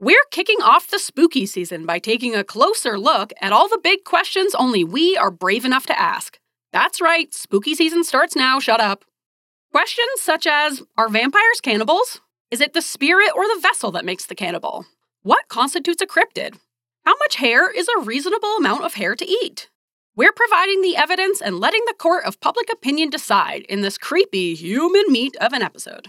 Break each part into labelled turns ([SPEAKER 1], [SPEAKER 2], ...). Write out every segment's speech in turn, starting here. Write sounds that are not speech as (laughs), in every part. [SPEAKER 1] We're kicking off the spooky season by taking a closer look at all the big questions only we are brave enough to ask. That's right, spooky season starts now, shut up. Questions such as Are vampires cannibals? Is it the spirit or the vessel that makes the cannibal? What constitutes a cryptid? How much hair is a reasonable amount of hair to eat? We're providing the evidence and letting the court of public opinion decide in this creepy human meat of an episode.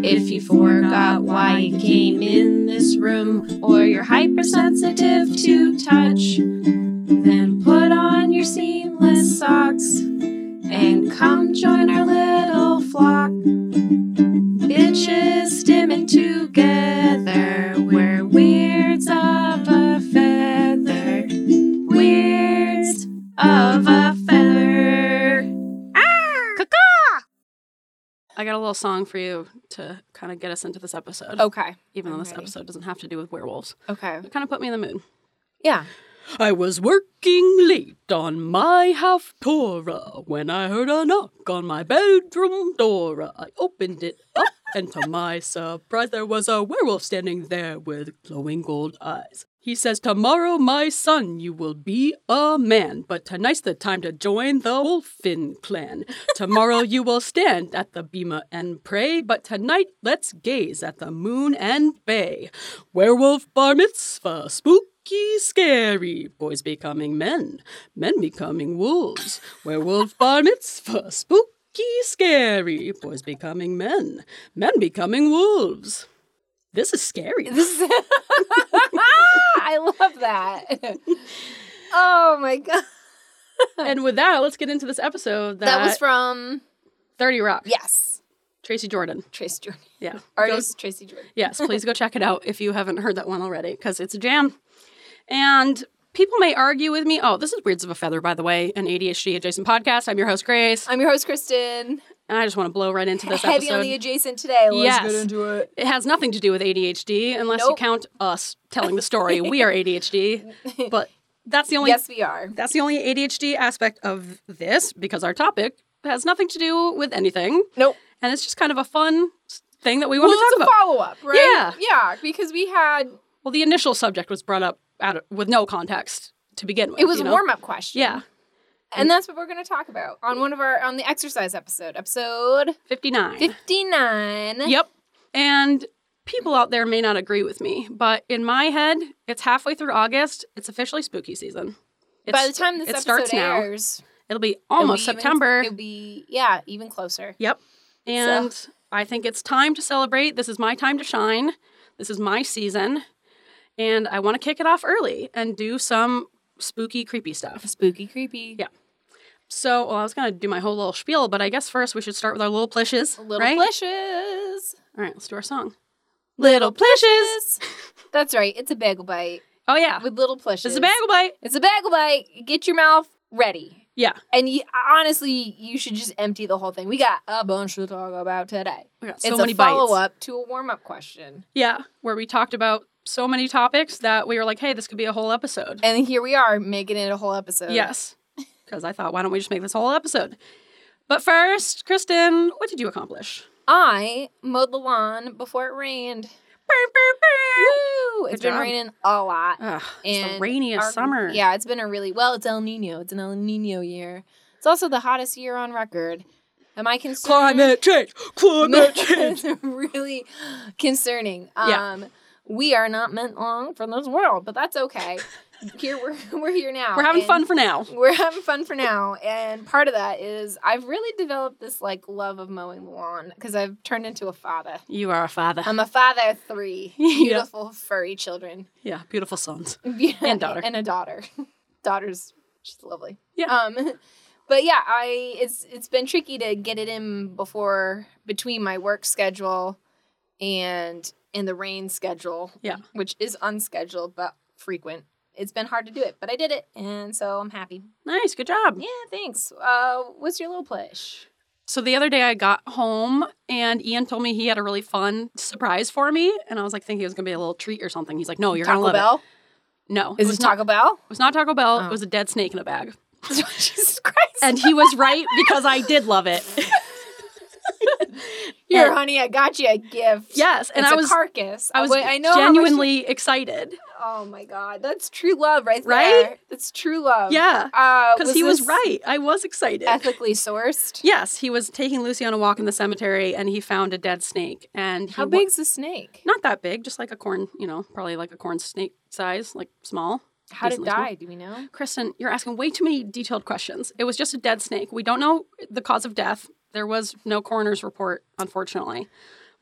[SPEAKER 2] if you forgot why you came in this room or you're hypersensitive to touch, then put on your seamless socks and come join our little flock. Bitches stimming together, we're weirds of a feather. Weirds of a feather.
[SPEAKER 1] I got a little song for you to kind of get us into this episode.
[SPEAKER 3] Okay.
[SPEAKER 1] even though
[SPEAKER 3] I'm
[SPEAKER 1] this
[SPEAKER 3] ready.
[SPEAKER 1] episode doesn't have to do with werewolves.
[SPEAKER 3] Okay.
[SPEAKER 1] It kind of put me in the mood.
[SPEAKER 3] Yeah.
[SPEAKER 1] I was working late on my half Torah when I heard a knock on my bedroom door. I opened it up, and to my surprise, there was a werewolf standing there with glowing gold eyes. He says, Tomorrow, my son, you will be a man, but tonight's the time to join the Wolfen clan. Tomorrow, you will stand at the bema and pray, but tonight, let's gaze at the moon and bay. Werewolf bar mitzvah, spook. Spooky, scary. Boys becoming men, men becoming wolves. Werewolf bar mitzvah, spooky, scary. Boys becoming men, men becoming wolves. This is scary.
[SPEAKER 3] This is- (laughs) I love that.
[SPEAKER 1] (laughs)
[SPEAKER 3] oh my god.
[SPEAKER 1] and with that, let's get into this episode. That,
[SPEAKER 3] That was from
[SPEAKER 1] 30 Rock.
[SPEAKER 3] Yes.
[SPEAKER 1] Tracy Jordan.
[SPEAKER 3] Tracy Jordan.
[SPEAKER 1] Yeah.
[SPEAKER 3] Artist Tracy Jordan.
[SPEAKER 1] Go- yes, please go check it out if you haven't heard that one already, because it's a jam. And people may argue with me. Oh, this is Weirds of a Feather, by the way, an ADHD adjacent podcast. I'm your host, Grace.
[SPEAKER 3] I'm your host, Kristen.
[SPEAKER 1] And I just want to blow right into this
[SPEAKER 3] Heavy
[SPEAKER 1] episode.
[SPEAKER 3] on the adjacent today. Let's
[SPEAKER 1] Yes.
[SPEAKER 3] get into it.
[SPEAKER 1] It has nothing to do with ADHD unless you
[SPEAKER 3] Nope.
[SPEAKER 1] count us telling the story. we are
[SPEAKER 3] (laughs)
[SPEAKER 1] ADHD, but that's the only
[SPEAKER 3] yes, we are.
[SPEAKER 1] that's the only ADHD aspect of this because our topic has nothing to do with anything
[SPEAKER 3] Nope.
[SPEAKER 1] and it's just kind of a fun s- thing that we want
[SPEAKER 3] Well,
[SPEAKER 1] to
[SPEAKER 3] it's
[SPEAKER 1] talk
[SPEAKER 3] a
[SPEAKER 1] about.
[SPEAKER 3] follow up, right? Yeah. Yeah, because we had
[SPEAKER 1] Well, the initial subject was brought up out of, with no context to begin with.
[SPEAKER 3] it was
[SPEAKER 1] you
[SPEAKER 3] a
[SPEAKER 1] know?
[SPEAKER 3] warm up question.
[SPEAKER 1] Yeah,
[SPEAKER 3] And that's what we're going to talk about on one of our on the exercise
[SPEAKER 1] (laughs)
[SPEAKER 3] episode, episode
[SPEAKER 1] 59.
[SPEAKER 3] 59.
[SPEAKER 1] Yep. And people out there may not agree with me, but in my head, it's halfway through August. It's officially spooky season. It's-
[SPEAKER 3] By the time this
[SPEAKER 1] it
[SPEAKER 3] episode
[SPEAKER 1] starts now.
[SPEAKER 3] airs,
[SPEAKER 1] It'll be
[SPEAKER 3] it'll
[SPEAKER 1] almost
[SPEAKER 3] be even-
[SPEAKER 1] September.
[SPEAKER 3] it'll be yeah, even closer.
[SPEAKER 1] yep. And I think it's time to celebrate. This is my time to shine. This is my season. And I want to kick it off early and do some spooky, creepy stuff.
[SPEAKER 3] Spooky, creepy.
[SPEAKER 1] Yeah. So, well, I was going to do my whole little spiel, but I guess first we should start with our little plishes.
[SPEAKER 3] Little
[SPEAKER 1] right?
[SPEAKER 3] plishes.
[SPEAKER 1] All right, let's do our song.
[SPEAKER 3] Little plishes. (laughs) That's right. It's a bagel bite
[SPEAKER 1] Oh, yeah.
[SPEAKER 3] with little plishes.
[SPEAKER 1] It's a bagel bite.
[SPEAKER 3] It's a bagel bite. Get your mouth ready.
[SPEAKER 1] Yeah.
[SPEAKER 3] And you, honestly, you should just empty the whole thing. We got a bunch to talk about today.
[SPEAKER 1] We got so
[SPEAKER 3] it's
[SPEAKER 1] many
[SPEAKER 3] a
[SPEAKER 1] bites.
[SPEAKER 3] follow up to a warm up question.
[SPEAKER 1] Yeah, where we talked about so many topics that we were like, hey, this could be a whole episode.
[SPEAKER 3] And here we are making it a whole episode.
[SPEAKER 1] Yes. Because I thought, why don't we just make this whole episode? But first, Kristen, what did you accomplish?
[SPEAKER 3] I mowed the lawn before it rained. Woo! It's
[SPEAKER 1] Good
[SPEAKER 3] been
[SPEAKER 1] job.
[SPEAKER 3] raining a lot.
[SPEAKER 1] Ugh, it's the
[SPEAKER 3] And
[SPEAKER 1] rainiest
[SPEAKER 3] our-
[SPEAKER 1] summer.
[SPEAKER 3] Yeah, it's been a really well, it's El Nino. It's an El Nino year. It's also the hottest year on record. Am I concerned? (laughs)
[SPEAKER 1] Climate change. Climate change.
[SPEAKER 3] It's really concerning. Um
[SPEAKER 1] Yeah.
[SPEAKER 3] we are not meant long for this world, but
[SPEAKER 1] (laughs)
[SPEAKER 3] that's okay. here we're (laughs) we're here now.
[SPEAKER 1] We're having
[SPEAKER 3] and
[SPEAKER 1] fun for now.
[SPEAKER 3] we're having fun for now and part of that is i've really developed this like love of mowing the lawn because i've turned into a father
[SPEAKER 1] You are a father.
[SPEAKER 3] i'm a father of
[SPEAKER 1] (laughs)
[SPEAKER 3] three
[SPEAKER 1] Yeah.
[SPEAKER 3] beautiful furry children (laughs)
[SPEAKER 1] yeah, beautiful sons.
[SPEAKER 3] and
[SPEAKER 1] daughter.
[SPEAKER 3] and a daughter (laughs) daughter's she's lovely
[SPEAKER 1] Yeah.
[SPEAKER 3] um (laughs) but yeah i it's it's been tricky to get it in before between my work schedule and in the rain schedule.
[SPEAKER 1] Yeah.
[SPEAKER 3] Which is unscheduled but frequent. It's been hard to do it, but I did it, and so I'm happy.
[SPEAKER 1] Nice, good job.
[SPEAKER 3] Yeah, thanks. Uh, what's your little push?
[SPEAKER 1] So the other day I got home and Ian told me he had a really fun surprise for me. And I was like thinking it was gonna be a little treat or something. He's like, No, you're
[SPEAKER 3] Taco
[SPEAKER 1] gonna love
[SPEAKER 3] Bell?
[SPEAKER 1] it. No.
[SPEAKER 3] Is
[SPEAKER 1] it
[SPEAKER 3] it
[SPEAKER 1] was not
[SPEAKER 3] Taco Bell? (laughs)
[SPEAKER 1] it was not Taco Bell,
[SPEAKER 3] Oh.
[SPEAKER 1] it was a dead snake in a bag.
[SPEAKER 3] Jesus Christ.
[SPEAKER 1] And he was right because I did love
[SPEAKER 3] (laughs)
[SPEAKER 1] it.
[SPEAKER 3] Here,
[SPEAKER 1] and-
[SPEAKER 3] honey, I got you a gift.
[SPEAKER 1] Yes. And
[SPEAKER 3] it's
[SPEAKER 1] I was
[SPEAKER 3] a carcass. Uh,
[SPEAKER 1] I was
[SPEAKER 3] Wait, I know how much you-
[SPEAKER 1] genuinely excited.
[SPEAKER 3] Oh my god, that's true love right there.
[SPEAKER 1] Right?
[SPEAKER 3] That's true love.
[SPEAKER 1] Yeah.
[SPEAKER 3] Uh,
[SPEAKER 1] Because he was
[SPEAKER 3] this
[SPEAKER 1] right. I was excited.
[SPEAKER 3] Ethically sourced.
[SPEAKER 1] Yes, he was taking Lucy on a walk in the cemetery and he found a dead snake. And he
[SPEAKER 3] How
[SPEAKER 1] wa-
[SPEAKER 3] big's the snake?
[SPEAKER 1] not that big, just like a corn, you know, probably like a corn snake size, like small.
[SPEAKER 3] How did it
[SPEAKER 1] decently small.
[SPEAKER 3] die? Do we know?
[SPEAKER 1] Kristen, you're asking way too many detailed questions. It was just a dead snake. We don't know the cause of death. There was no coroner's report, unfortunately.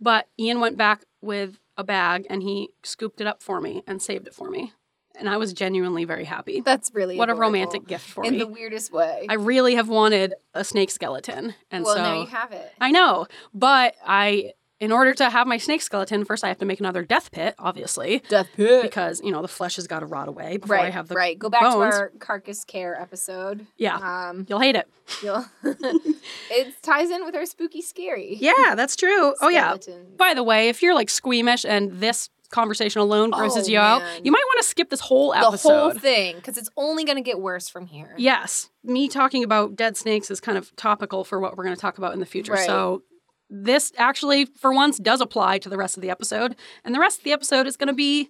[SPEAKER 1] But Ian went back with a bag and he scooped it up for me and saved it for me. And I was genuinely very happy.
[SPEAKER 3] That's really
[SPEAKER 1] What a
[SPEAKER 3] adorable.
[SPEAKER 1] romantic gift for
[SPEAKER 3] in
[SPEAKER 1] me.
[SPEAKER 3] the weirdest way.
[SPEAKER 1] I really have wanted a snake skeleton. And
[SPEAKER 3] well,
[SPEAKER 1] so
[SPEAKER 3] now you have it.
[SPEAKER 1] I know, but I in order to have my snake skeleton, first I have to make another death pit, obviously,
[SPEAKER 3] Death pit.
[SPEAKER 1] because you know the flesh has got to rot away before I
[SPEAKER 3] Right,
[SPEAKER 1] have the
[SPEAKER 3] right. Go back to
[SPEAKER 1] bones.
[SPEAKER 3] our carcass care episode.
[SPEAKER 1] yeah.
[SPEAKER 3] Um,
[SPEAKER 1] You'll hate it. (laughs)
[SPEAKER 3] you'll it ties in with our spooky scary.
[SPEAKER 1] Yeah, that's true. Oh yeah.
[SPEAKER 3] skeletons.
[SPEAKER 1] By the way, if you're like squeamish and this conversation alone grosses
[SPEAKER 3] Oh,
[SPEAKER 1] you out,
[SPEAKER 3] man.
[SPEAKER 1] you might want to skip this whole
[SPEAKER 3] the
[SPEAKER 1] episode.
[SPEAKER 3] whole thing, because it's only going to get worse from here.
[SPEAKER 1] Yes, me talking about dead snakes is kind of topical for what we're going to talk about in the future.
[SPEAKER 3] Right.
[SPEAKER 1] So this actually, for once, does apply to the rest of the episode, and the rest of the episode is going to be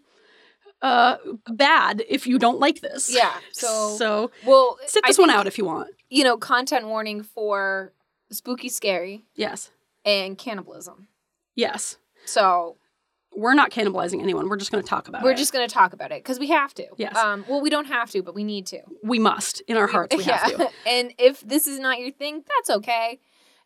[SPEAKER 1] uh, bad if you don't like this.
[SPEAKER 3] Yeah.
[SPEAKER 1] (laughs)
[SPEAKER 3] So,
[SPEAKER 1] so
[SPEAKER 3] well,
[SPEAKER 1] sit
[SPEAKER 3] I
[SPEAKER 1] this one
[SPEAKER 3] think-
[SPEAKER 1] out if you want.
[SPEAKER 3] you know, content warning for spooky, scary,
[SPEAKER 1] Yes,
[SPEAKER 3] and cannibalism.
[SPEAKER 1] yes,
[SPEAKER 3] So
[SPEAKER 1] we're not cannibalizing anyone. We're just going to talk about
[SPEAKER 3] we're
[SPEAKER 1] it.
[SPEAKER 3] just going to talk about it because we have to.
[SPEAKER 1] Yes.
[SPEAKER 3] Um, well, we don't have to, but we need to.
[SPEAKER 1] we must in our hearts. We have
[SPEAKER 3] (laughs)
[SPEAKER 1] to.
[SPEAKER 3] and if this is not your thing, that's okay.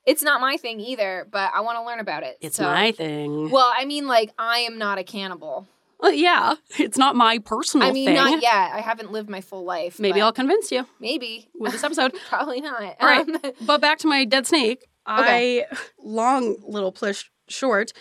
[SPEAKER 3] It's not my thing either, but I want to learn about it.
[SPEAKER 1] It's
[SPEAKER 3] So-
[SPEAKER 1] my thing.
[SPEAKER 3] Well, I mean, like I am not a cannibal.
[SPEAKER 1] Well, yeah, it's not my personal
[SPEAKER 3] I mean,
[SPEAKER 1] thing.
[SPEAKER 3] not yet. I haven't lived my full life.
[SPEAKER 1] Maybe
[SPEAKER 3] but
[SPEAKER 1] I'll convince you
[SPEAKER 3] maybe
[SPEAKER 1] (laughs) with this episode.
[SPEAKER 3] (laughs) probably not.
[SPEAKER 1] All right.
[SPEAKER 3] Um, (laughs)
[SPEAKER 1] But back to my dead snake.
[SPEAKER 3] Okay.
[SPEAKER 1] I long little push short.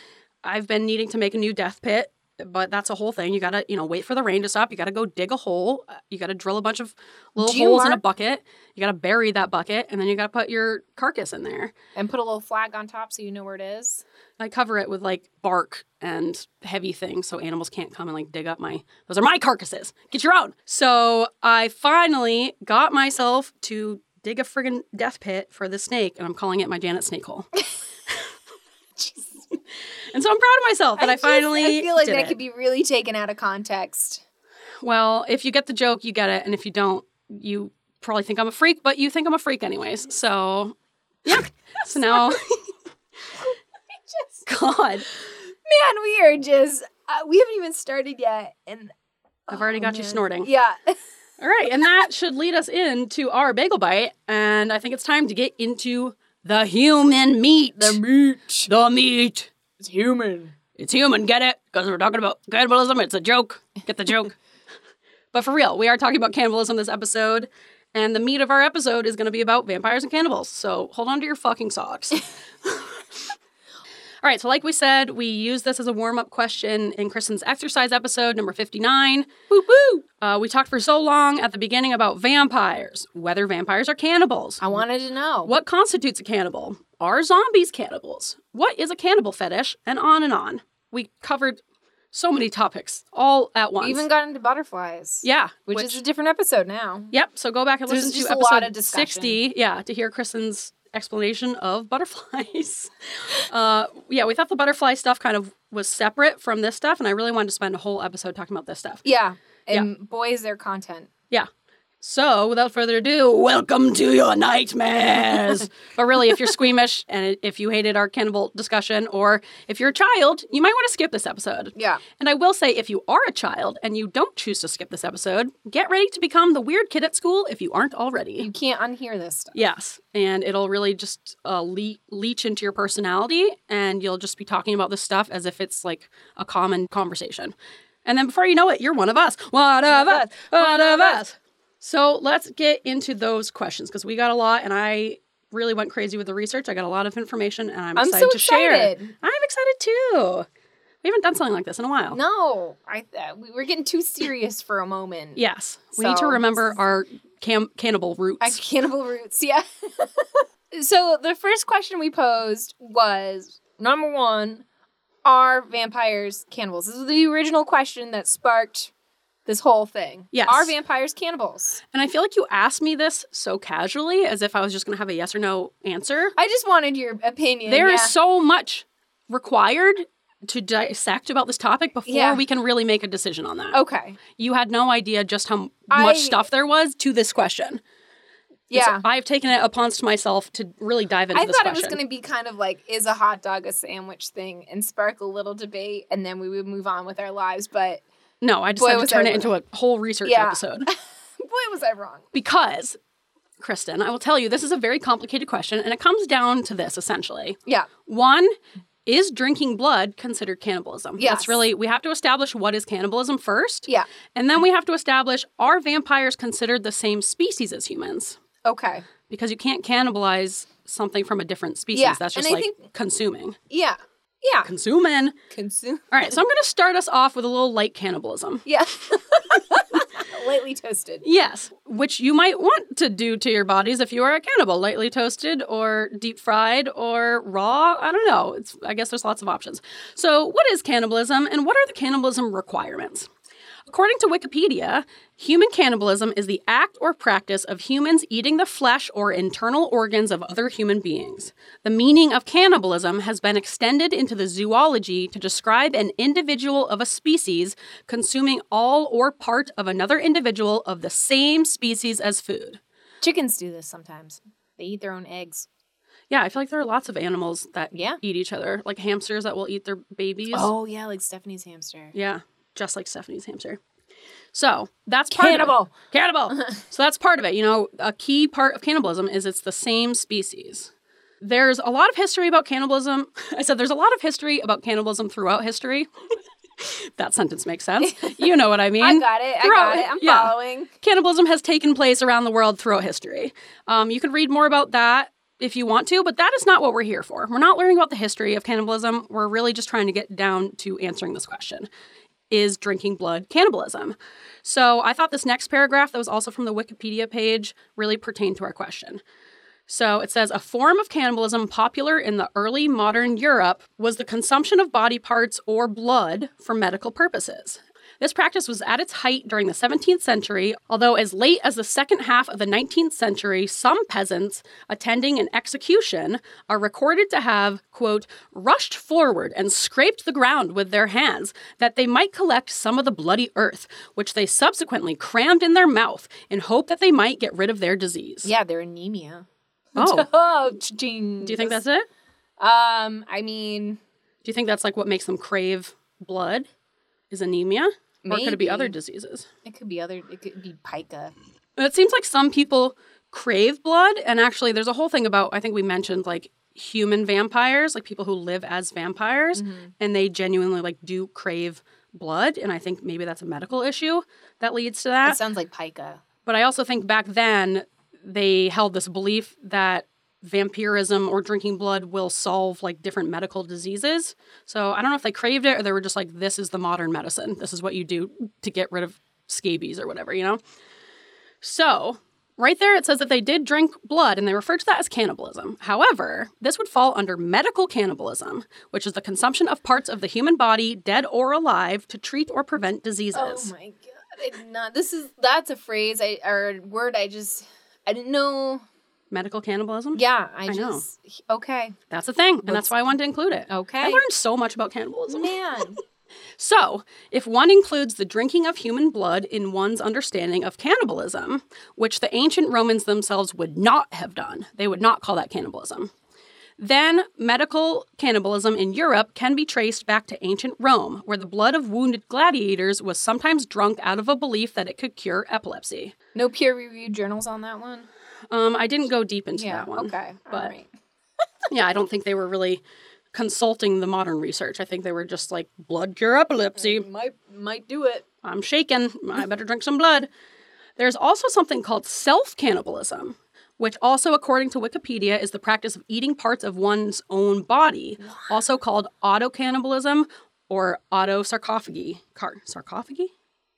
[SPEAKER 1] I've been needing to make a new death pit, but that's a whole thing. You gotta, you know, wait for the rain to stop. You gotta go dig a hole. Uh, You gotta drill a bunch of little
[SPEAKER 3] Do you
[SPEAKER 1] holes in a
[SPEAKER 3] mark-
[SPEAKER 1] bucket. You gotta bury that bucket, and then you gotta put your carcass in there.
[SPEAKER 3] and put a little flag on top so you know where it is.
[SPEAKER 1] I cover it with like bark and heavy things so animals can't come and like dig up my those are my carcasses. Get your own. So I finally got myself to dig a friggin' death pit for the snake, and I'm calling it my Janet snake
[SPEAKER 3] (laughs)
[SPEAKER 1] hole. (laughs) And so I'm proud of myself that I,
[SPEAKER 3] just-
[SPEAKER 1] finally
[SPEAKER 3] I feel like
[SPEAKER 1] did
[SPEAKER 3] that
[SPEAKER 1] it.
[SPEAKER 3] could be really taken out of context.
[SPEAKER 1] Well, if you get the joke, you get it, and if you don't, you probably think I'm a freak, but you think I'm a freak anyways. So
[SPEAKER 3] (laughs)
[SPEAKER 1] yeah. so now,
[SPEAKER 3] Just
[SPEAKER 1] (laughs) God,
[SPEAKER 3] man, we are just uh, we haven't even started yet, and
[SPEAKER 1] I've already
[SPEAKER 3] oh,
[SPEAKER 1] got you
[SPEAKER 3] man.
[SPEAKER 1] snorting. (laughs)
[SPEAKER 3] Yeah,
[SPEAKER 1] All right, and that should lead us into our bagel bite, and I think it's time to get into the human meat.
[SPEAKER 3] meat
[SPEAKER 1] The meat.
[SPEAKER 3] is human.
[SPEAKER 1] It's human, get it? Because we're talking about cannibalism. It's a joke. Get the
[SPEAKER 3] (laughs)
[SPEAKER 1] joke. but for real, we are talking about cannibalism this episode, and the meat of our episode is going to be about vampires and cannibals. So hold on to your fucking
[SPEAKER 3] (laughs)
[SPEAKER 1] socks. All right, so like we said, we use this as a warm up question in Kristen's exercise episode, number 59.
[SPEAKER 3] Woo woo!
[SPEAKER 1] Uh, we talked for so long at the beginning about vampires, whether vampires are cannibals.
[SPEAKER 3] I wanted to know
[SPEAKER 1] What constitutes a cannibal? Are zombies cannibals? What is a cannibal fetish? And on and on. We covered so many topics all at once.
[SPEAKER 3] We even got into butterflies.
[SPEAKER 1] yeah,
[SPEAKER 3] which, is a different episode now.
[SPEAKER 1] yep. So go back and
[SPEAKER 3] There's
[SPEAKER 1] listen to
[SPEAKER 3] just a lot
[SPEAKER 1] episode
[SPEAKER 3] of discussion.
[SPEAKER 1] sixty. Yeah, to hear Kristen's explanation of butterflies. (laughs) uh, yeah, we thought the butterfly stuff kind of was separate from this stuff, and I really wanted to spend a whole episode talking about this stuff.
[SPEAKER 3] Yeah, and boy is their content.
[SPEAKER 1] So, without further ado, welcome to your nightmares. but really, if you're squeamish and if you hated our cannibal discussion, or if you're a child, you might want to skip this episode.
[SPEAKER 3] Yeah,
[SPEAKER 1] And I will say, if you are a child and you don't choose to skip this episode, get ready to become the weird kid at school if you aren't already.
[SPEAKER 3] you can't unhear this stuff.
[SPEAKER 1] Yes, and it'll really just uh, le- leach into your personality, and you'll just be talking about this stuff as if it's like a common conversation. And then before you know it, you're one of us. One of us. One of us. So let's get into those questions because we got a lot, and I really went crazy with the research. I got a lot of information, and I'm,
[SPEAKER 3] I'm
[SPEAKER 1] excited
[SPEAKER 3] so
[SPEAKER 1] to share.
[SPEAKER 3] excited.
[SPEAKER 1] I'm excited too. We haven't done something like this in a while.
[SPEAKER 3] No, I uh, we were getting too serious for a moment.
[SPEAKER 1] Yes, we need to
[SPEAKER 3] So-
[SPEAKER 1] remember our cam- cannibal
[SPEAKER 3] (laughs) Our
[SPEAKER 1] roots.
[SPEAKER 3] cannibal roots, yeah. (laughs) so the first question we posed was number one, are vampires cannibals? This is the original question that sparked this whole thing.
[SPEAKER 1] Yes.
[SPEAKER 3] Are vampires cannibals?
[SPEAKER 1] and I feel like you asked me this so casually, as if I was just going to have a yes or no answer.
[SPEAKER 3] I just wanted your opinion.
[SPEAKER 1] There is
[SPEAKER 3] yeah.
[SPEAKER 1] so much required to dissect about this topic before
[SPEAKER 3] Yeah.
[SPEAKER 1] we can really make a decision on that.
[SPEAKER 3] Okay.
[SPEAKER 1] You had no idea just how m-
[SPEAKER 3] I-
[SPEAKER 1] much stuff there was to this question. And so
[SPEAKER 3] Yeah.
[SPEAKER 1] I have taken it upon myself to really dive into
[SPEAKER 3] I
[SPEAKER 1] this
[SPEAKER 3] thought it was
[SPEAKER 1] question.
[SPEAKER 3] going to be kind of like, is a hot dog a sandwich thing and spark a little debate, and then we would move on with our lives. But (laughs)
[SPEAKER 1] no, I decided to
[SPEAKER 3] was
[SPEAKER 1] turn
[SPEAKER 3] I
[SPEAKER 1] it into a whole research
[SPEAKER 3] Yeah.
[SPEAKER 1] episode. (laughs)
[SPEAKER 3] boy, was I wrong.
[SPEAKER 1] because Kristen, I will tell you, this is a very complicated question, and it comes down to this essentially.
[SPEAKER 3] Yeah.
[SPEAKER 1] One, is drinking blood considered cannibalism?
[SPEAKER 3] Yes.
[SPEAKER 1] That's really, we have to establish what is cannibalism first.
[SPEAKER 3] Yeah.
[SPEAKER 1] And then we have to establish are vampires considered the same species as humans?
[SPEAKER 3] Okay.
[SPEAKER 1] Because you can't cannibalize something from a different species.
[SPEAKER 3] Yeah,
[SPEAKER 1] That's
[SPEAKER 3] and
[SPEAKER 1] just
[SPEAKER 3] I
[SPEAKER 1] like
[SPEAKER 3] think-
[SPEAKER 1] consuming.
[SPEAKER 3] Yeah. Yeah.
[SPEAKER 1] Consuming.
[SPEAKER 3] Consume.
[SPEAKER 1] All right, so I'm going to start us off with a little light cannibalism.
[SPEAKER 3] Yeah. (laughs) Lightly toasted.
[SPEAKER 1] Yes, which you might want to do to your bodies if you are a cannibal, lightly toasted or deep fried or raw. I don't know. It's I guess there's lots of options. So, what is cannibalism and what are the cannibalism requirements? According to Wikipedia, human cannibalism is the act or practice of humans eating the flesh or internal organs of other human beings. The meaning of cannibalism has been extended into the zoology to describe an individual of a species consuming all or part of another individual of the same species as food.
[SPEAKER 3] Chickens do this sometimes. They eat their own eggs.
[SPEAKER 1] Yeah, I feel like there are lots of animals that
[SPEAKER 3] Yeah.
[SPEAKER 1] eat each other, like hamsters that will eat their babies.
[SPEAKER 3] Oh yeah, like Stephanie's hamster.
[SPEAKER 1] Yeah, just like Stephanie's hamster. So that's part of it.
[SPEAKER 3] Cannibal.
[SPEAKER 1] Cannibal. so that's part of it. You know, a key part of cannibalism is it's the same species. There's a lot of history about cannibalism. (laughs) I said there's a lot of history about cannibalism throughout history. (laughs) that sentence makes sense. You know what I mean.
[SPEAKER 3] I got it. I got
[SPEAKER 1] Throughout-
[SPEAKER 3] it. I'm
[SPEAKER 1] yeah.
[SPEAKER 3] following.
[SPEAKER 1] Cannibalism has taken place around the world throughout history. Um, you can read more about that if you want to, but that is not what we're here for. We're not learning about the history of cannibalism. We're really just trying to get down to answering this question Is drinking blood cannibalism? So I thought this next paragraph, that was also from the Wikipedia page, really pertained to our question. So it says a form of cannibalism popular in the early modern Europe was the consumption of body parts or blood for medical purposes. This practice was at its height during the 17th century, although as late as the second half of the 19th century, some peasants attending an execution are recorded to have, quote, rushed forward and scraped the ground with their hands that they might collect some of the bloody earth, which they subsequently crammed in their mouth in hope that they might get rid of their disease.
[SPEAKER 3] Yeah, they're anemia.
[SPEAKER 1] Oh.
[SPEAKER 3] (laughs) Oh, ching.
[SPEAKER 1] Do you think that's it?
[SPEAKER 3] Um, I mean,
[SPEAKER 1] Do you think that's like what makes them crave blood? Is anemia? Or could it
[SPEAKER 3] Maybe.
[SPEAKER 1] be other diseases?
[SPEAKER 3] it could be other. It could be pica.
[SPEAKER 1] It seems like some people crave blood. And actually, there's a whole thing about, I think we mentioned like human vampires, like people who live as vampires, and they genuinely like do crave blood. And I think maybe that's a medical issue that leads to that.
[SPEAKER 3] It sounds like pica.
[SPEAKER 1] But I also think back then they held this belief that vampirism or drinking blood will solve like different medical diseases. So I don't know if they craved it or they were just like, this is the modern medicine. This is what you do to get rid of scabies or whatever, you know? So right there it says that they did drink blood and they refer to that as cannibalism. However, this would fall under medical cannibalism, which is the consumption of parts of the human body, dead or alive, to treat or prevent
[SPEAKER 3] Oh
[SPEAKER 1] diseases.
[SPEAKER 3] my god! I did not. This is that's a phrase I or a word I just I didn't know.
[SPEAKER 1] medical cannibalism?
[SPEAKER 3] Yeah, I,
[SPEAKER 1] I know.
[SPEAKER 3] just okay,
[SPEAKER 1] That's a thing, and that's why I wanted to include it. I
[SPEAKER 3] okay,
[SPEAKER 1] learned so much about cannibalism.
[SPEAKER 3] man.
[SPEAKER 1] So, if one includes the drinking of human blood in one's understanding of cannibalism, which the ancient Romans themselves would not have done, they would not call that cannibalism. Then, medical cannibalism in Europe can be traced back to ancient Rome, where the blood of wounded gladiators was sometimes drunk out of a belief that it could cure epilepsy.
[SPEAKER 3] (laughs) No peer reviewed journals on that one.
[SPEAKER 1] Um, I didn't go deep into
[SPEAKER 3] Yeah.
[SPEAKER 1] that one.
[SPEAKER 3] Okay.
[SPEAKER 1] but-
[SPEAKER 3] All right.
[SPEAKER 1] yeah, I don't think they were really consulting the modern research. I think they were just like, blood cure epilepsy.
[SPEAKER 3] might might do it.
[SPEAKER 1] I'm shaken. I better drink some blood. There's also something called self cannibalism, which, also according to Wikipedia, is the practice of eating parts of one's own body, also called auto cannibalism or auto sarcophagi. Car- sarcophagi?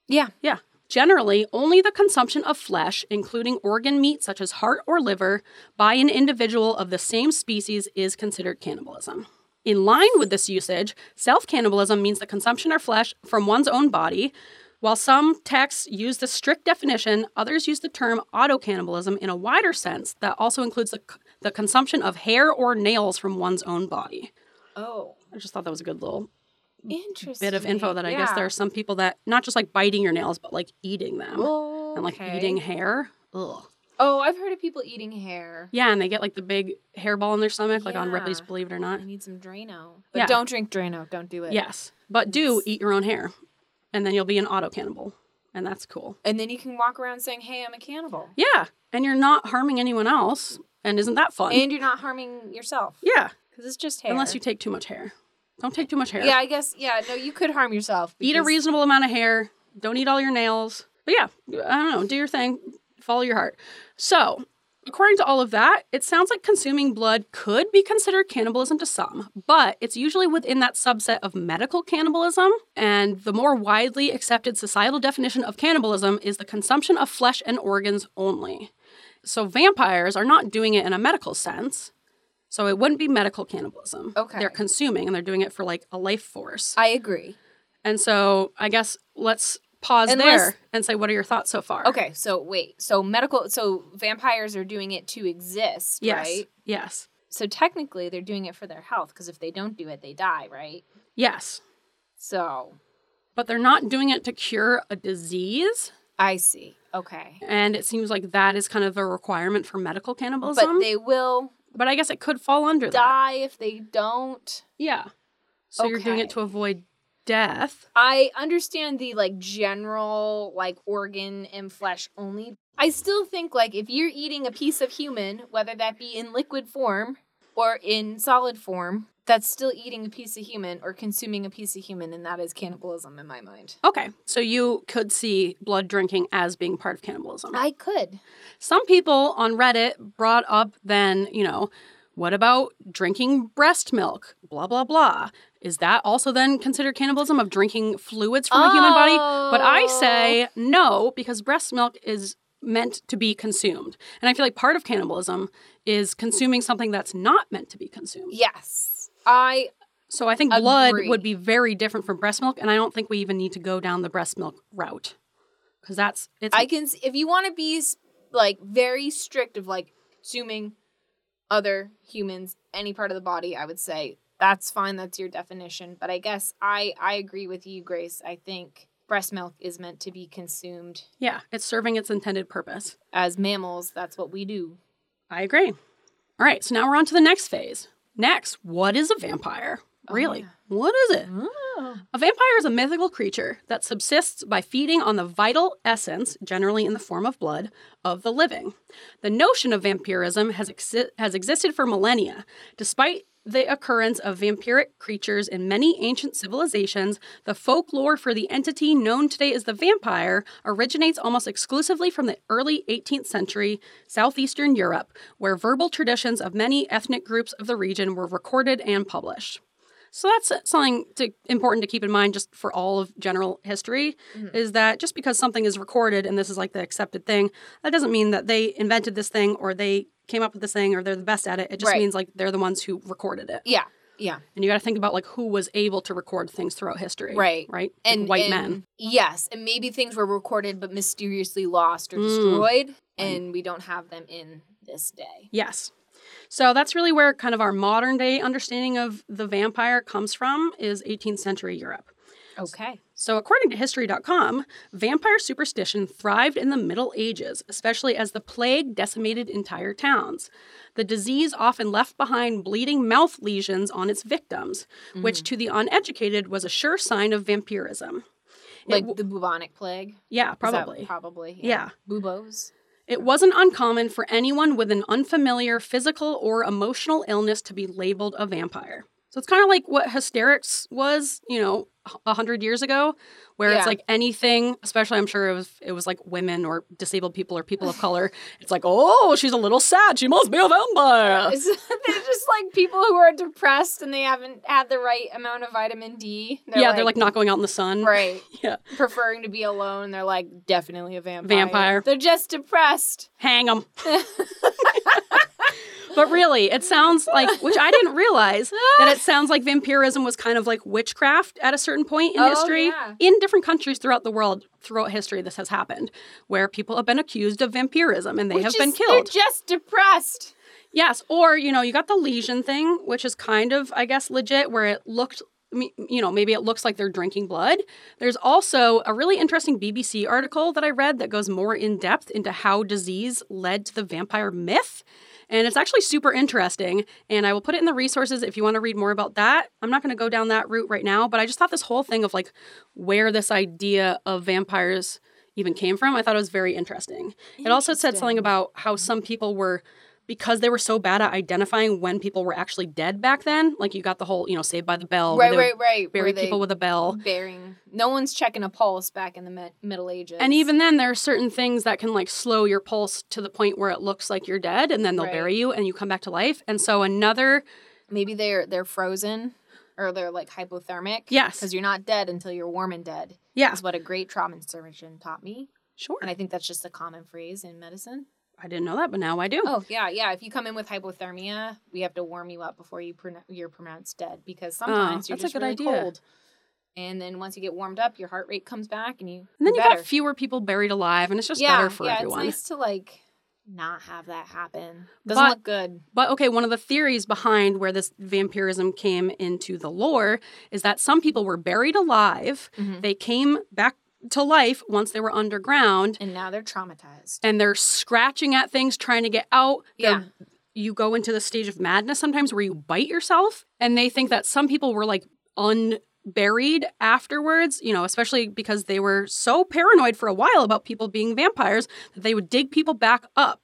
[SPEAKER 3] Yeah.
[SPEAKER 1] Yeah. Generally, only the consumption of flesh, including organ meat such as heart or liver, by an individual of the same species is considered cannibalism. In line with this usage, self cannibalism means the consumption of flesh from one's own body. While some texts use the strict definition, others use the term auto cannibalism in a wider sense that also includes the, c- the consumption of hair or nails from one's own body.
[SPEAKER 3] Oh,
[SPEAKER 1] I just thought that was a good little
[SPEAKER 3] interesting.
[SPEAKER 1] bit of info that I guess
[SPEAKER 3] Yeah.
[SPEAKER 1] there are some people that not just like biting your nails, but like eating them and like
[SPEAKER 3] Oh, Okay.
[SPEAKER 1] eating hair. Ugh.
[SPEAKER 3] Oh, I've heard of people eating hair.
[SPEAKER 1] Yeah, and they get like the big hairball in their stomach, like on
[SPEAKER 3] Yeah.
[SPEAKER 1] Ripley's Believe It or Not.
[SPEAKER 3] I need some Drano. But
[SPEAKER 1] Yeah.
[SPEAKER 3] don't drink Drano. Don't do it.
[SPEAKER 1] Yes, but do eat your own hair, and then you'll be an auto cannibal, and that's cool.
[SPEAKER 3] And then you can walk around saying, hey, I'm a cannibal.
[SPEAKER 1] Yeah, and you're not harming anyone else, and isn't that fun?
[SPEAKER 3] And you're not harming yourself.
[SPEAKER 1] yeah,
[SPEAKER 3] Because it's just hair.
[SPEAKER 1] unless you take too much hair. Don't take too much hair.
[SPEAKER 3] Yeah, I guess. Yeah, no, you could harm yourself.
[SPEAKER 1] eat a
[SPEAKER 3] because-
[SPEAKER 1] reasonable amount of hair. Don't eat all your nails. But yeah, I don't know. Do your thing. Follow your heart. So, according to all of that, it sounds like consuming blood could be considered cannibalism to some, but it's usually within that subset of medical cannibalism. And the more widely accepted societal definition of cannibalism is the consumption of flesh and organs only. So, vampires are not doing it in a medical sense. So, it wouldn't be medical cannibalism.
[SPEAKER 3] Okay.
[SPEAKER 1] They're consuming and they're doing it for like a life force.
[SPEAKER 3] I agree.
[SPEAKER 1] And so I guess let's pause
[SPEAKER 3] Unless-
[SPEAKER 1] there and say, what are your thoughts so far?
[SPEAKER 3] Okay, so wait. So medical. So vampires are doing it to exist,
[SPEAKER 1] Yes.
[SPEAKER 3] right?
[SPEAKER 1] Yes.
[SPEAKER 3] So technically, they're doing it for their health because if they don't do it, they die, right?
[SPEAKER 1] Yes.
[SPEAKER 3] So
[SPEAKER 1] But they're not doing it to cure a disease.
[SPEAKER 3] I see. Okay.
[SPEAKER 1] And it seems like that is kind of a requirement for medical cannibalism.
[SPEAKER 3] But they will
[SPEAKER 1] But I guess it could fall under that.
[SPEAKER 3] die if they don't.
[SPEAKER 1] Yeah. So you're doing it
[SPEAKER 3] Okay.
[SPEAKER 1] to avoid death.
[SPEAKER 3] I understand the like general like organ and flesh only. I still think like if you're eating a piece of human, whether that be in liquid form or in solid form, that's still eating a piece of human or consuming a piece of human and that is cannibalism in my mind.
[SPEAKER 1] Okay. So you could see blood drinking as being part of cannibalism.
[SPEAKER 3] I could.
[SPEAKER 1] Some people on Reddit brought up then, you know, what about drinking breast milk? Blah, blah, blah. Is that also then considered cannibalism of drinking fluids from the human body? But I
[SPEAKER 3] Oh.
[SPEAKER 1] say no, because breast milk is meant to be consumed. And I feel like part of cannibalism is consuming something that's not meant to be consumed.
[SPEAKER 3] yes. I
[SPEAKER 1] So I think blood
[SPEAKER 3] Agree.
[SPEAKER 1] would be very different from breast milk. And I don't think we even need to go down the breast milk route. Because that's, it's,
[SPEAKER 3] I can s- if you want to be s- like very strict of like consuming other humans any part of the body, I would say that's fine. That's your definition. But I guess I I agree with you, Grace. I think breast milk is meant to be consumed
[SPEAKER 1] yeah, it's serving its intended purpose.
[SPEAKER 3] as mammals. That's what we do.
[SPEAKER 1] I agree. All right, so now we're on to the next phase. Next, what is a vampire? Really?
[SPEAKER 3] yeah.
[SPEAKER 1] What is it? A vampire is a mythical creature that subsists by feeding on the vital essence, generally in the form of blood, of the living. The notion of vampirism has, exi- has existed for millennia. Despite the occurrence of vampiric creatures in many ancient civilizations, the folklore for the entity known today as the vampire originates almost exclusively from the early 18th century southeastern Europe, where verbal traditions of many ethnic groups of the region were recorded and published. So that's something to, important to keep in mind just for all of general history
[SPEAKER 3] Mm-hmm.
[SPEAKER 1] is that just because something is recorded and this is like the accepted thing, that doesn't mean that they invented this thing or they came up with this thing or they're the best at it. It just
[SPEAKER 3] Right.
[SPEAKER 1] means like they're the ones who recorded it.
[SPEAKER 3] Yeah, yeah,
[SPEAKER 1] And you got to think about like who was able to record things throughout history.
[SPEAKER 3] Right.
[SPEAKER 1] Right? Like,
[SPEAKER 3] and
[SPEAKER 1] white
[SPEAKER 3] and-
[SPEAKER 1] men.
[SPEAKER 3] Yes, and maybe things were recorded but mysteriously lost or
[SPEAKER 1] Mm.
[SPEAKER 3] destroyed, and we don't have them in this day.
[SPEAKER 1] Yes. So that's really where kind of our modern day understanding of the vampire comes from is 18th century Europe.
[SPEAKER 3] Okay.
[SPEAKER 1] So, according to History.com, vampire superstition thrived in the Middle Ages, especially as the plague decimated entire towns. The disease often left behind bleeding mouth lesions on its victims,
[SPEAKER 3] Mm-hmm.
[SPEAKER 1] which to the uneducated was a sure sign of vampirism. It
[SPEAKER 3] Like
[SPEAKER 1] w-
[SPEAKER 3] the bubonic plague.
[SPEAKER 1] yeah,
[SPEAKER 3] Is that
[SPEAKER 1] probably.
[SPEAKER 3] Probably.
[SPEAKER 1] Yeah.
[SPEAKER 3] Buboes.
[SPEAKER 1] It wasn't uncommon for anyone with an unfamiliar physical or emotional illness to be labeled a vampire. So it's kind of like what hysterics was, you know, a hundred years ago, where
[SPEAKER 3] Yeah.
[SPEAKER 1] it's like anything, especially I'm sure it was it was like women or disabled people or people of
[SPEAKER 3] (laughs)
[SPEAKER 1] color. It's like, oh, she's a little sad. She must be a vampire.
[SPEAKER 3] It's- (laughs) they're just like people who are depressed and they haven't had the right amount of vitamin D.
[SPEAKER 1] yeah, they're like not going out in the sun.
[SPEAKER 3] right,
[SPEAKER 1] (laughs) Yeah,
[SPEAKER 3] preferring to be alone. They're like definitely a vampire.
[SPEAKER 1] Vampire.
[SPEAKER 3] They're just depressed.
[SPEAKER 1] hang them. but really, it sounds like, which I didn't realize, that it sounds like vampirism was kind of like witchcraft at a certain point in
[SPEAKER 3] Oh,
[SPEAKER 1] history.
[SPEAKER 3] yeah.
[SPEAKER 1] In different countries throughout the world, throughout history, this has happened, where people have been accused of vampirism and they
[SPEAKER 3] Which
[SPEAKER 1] have been
[SPEAKER 3] is- they're
[SPEAKER 1] killed.
[SPEAKER 3] just depressed.
[SPEAKER 1] Yes, or you know, you got the lesion thing, which is kind of, I guess, legit, where it looked, me- you know, maybe it looks like they're drinking blood. There's also a really interesting BBC article that I read that goes more in depth into how disease led to the vampire myth. And it's actually super interesting. And I will put it in the resources if you want to read more about that. I'm not going to go down that route right now, but I just thought this whole thing of like where this idea of vampires even came from, I thought it was very interesting. It also said something about how some people were because they were so bad at identifying when people were actually dead back then. Like you got the whole, you know, Saved by the Bell, where
[SPEAKER 3] Right,
[SPEAKER 1] they would
[SPEAKER 3] right, right.
[SPEAKER 1] bury
[SPEAKER 3] where they Mm-hmm.
[SPEAKER 1] people with a bell.
[SPEAKER 3] burying. No one's checking a pulse back in the mi- Middle Ages.
[SPEAKER 1] And even then, there are certain things that can like slow your pulse to the point where it looks like you're dead, and then they'll
[SPEAKER 3] Right.
[SPEAKER 1] bury you and you come back to life. And so another,
[SPEAKER 3] maybe they're they're frozen or they're like hypothermic.
[SPEAKER 1] yes,
[SPEAKER 3] Because you're not dead until you're warm and dead.
[SPEAKER 1] yeah,
[SPEAKER 3] That's what a great trauma surgeon taught me.
[SPEAKER 1] sure.
[SPEAKER 3] And I think that's just a common phrase in medicine.
[SPEAKER 1] I didn't know that, but now I do.
[SPEAKER 3] Oh yeah, yeah. If you come in with hypothermia, we have to warm you up before you pronoun you're pronounced dead because sometimes you're
[SPEAKER 1] Oh, that's a
[SPEAKER 3] just
[SPEAKER 1] good
[SPEAKER 3] really
[SPEAKER 1] idea.
[SPEAKER 3] cold. And then once you get warmed up, your heart rate comes back, and you
[SPEAKER 1] and then you
[SPEAKER 3] better.
[SPEAKER 1] got fewer people buried alive, and it's just
[SPEAKER 3] yeah,
[SPEAKER 1] better for
[SPEAKER 3] yeah.
[SPEAKER 1] everyone.
[SPEAKER 3] It's nice to like not have that happen. Doesn't
[SPEAKER 1] But-
[SPEAKER 3] look good.
[SPEAKER 1] But okay, one of the theories behind where this vampirism came into the lore is that some people were buried alive,
[SPEAKER 3] Mhm.
[SPEAKER 1] they came back to life once they were underground,
[SPEAKER 3] And now they're traumatized.
[SPEAKER 1] and they're scratching at things trying to get out. They're-
[SPEAKER 3] Yeah.
[SPEAKER 1] You go into the stage of madness sometimes where you bite yourself, and they think that some people were like unburied afterwards, you know, especially because they were so paranoid for a while about people being vampires that they would dig people back up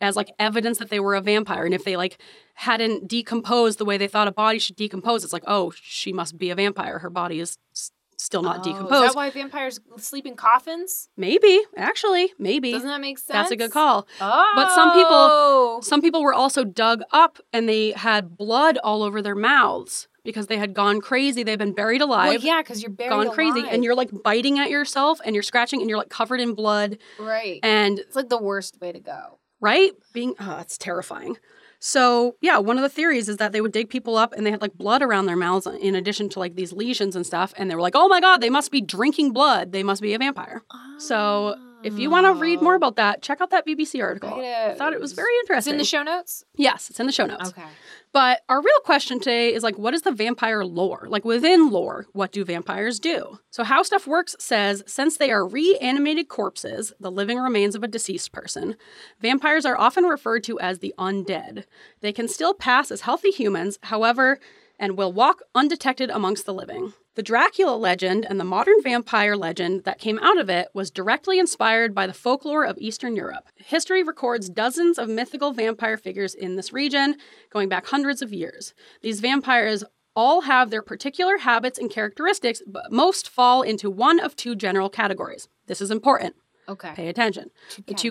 [SPEAKER 1] as like evidence that they were a vampire. And if they like hadn't decomposed the way they thought a body should decompose, it's like, oh, she must be a vampire. Her body is s- still not
[SPEAKER 3] Oh, Is
[SPEAKER 1] decomposed.
[SPEAKER 3] that why vampires sleep in coffins?
[SPEAKER 1] maybe, actually, maybe.
[SPEAKER 3] Doesn't that make sense?
[SPEAKER 1] That's a good call.
[SPEAKER 3] Oh,
[SPEAKER 1] some people- Some people were also dug up and they had blood all over their mouths because they had gone crazy. They've been buried
[SPEAKER 3] Well,
[SPEAKER 1] alive,
[SPEAKER 3] yeah, because you're buried
[SPEAKER 1] gone crazy, and
[SPEAKER 3] alive.
[SPEAKER 1] you're like biting at yourself and you're scratching and you're like covered in blood
[SPEAKER 3] right.
[SPEAKER 1] and
[SPEAKER 3] it's like the worst way to go.
[SPEAKER 1] right being oh, it's terrifying. So, yeah, one of the theories is that they would dig people up and they had like blood around their mouths in addition to like these lesions and stuff and they were like, "Oh my god, they must be drinking blood. They must be a vampire." So, If you want to read more about that, check out that BBC article. I thought it was very
[SPEAKER 3] Ah. It's
[SPEAKER 1] interesting.
[SPEAKER 3] in the show notes.
[SPEAKER 1] yes, it's in the show notes.
[SPEAKER 3] Okay.
[SPEAKER 1] But our real question today is like, what is the vampire lore? Like, within lore, what do vampires do? So, How Stuff Works says since they are reanimated corpses, the living remains of a deceased person, vampires are often referred to as the undead. They can still pass as healthy humans, however, and will walk undetected amongst the living. The Dracula legend and the modern vampire legend that came out of it was directly inspired by the folklore of Eastern Europe. History records dozens of mythical vampire figures in this region, going back hundreds of years. These vampires all have their particular habits and characteristics, but most fall into one of two general categories. This is important.
[SPEAKER 3] Okay.
[SPEAKER 1] Pay attention. The two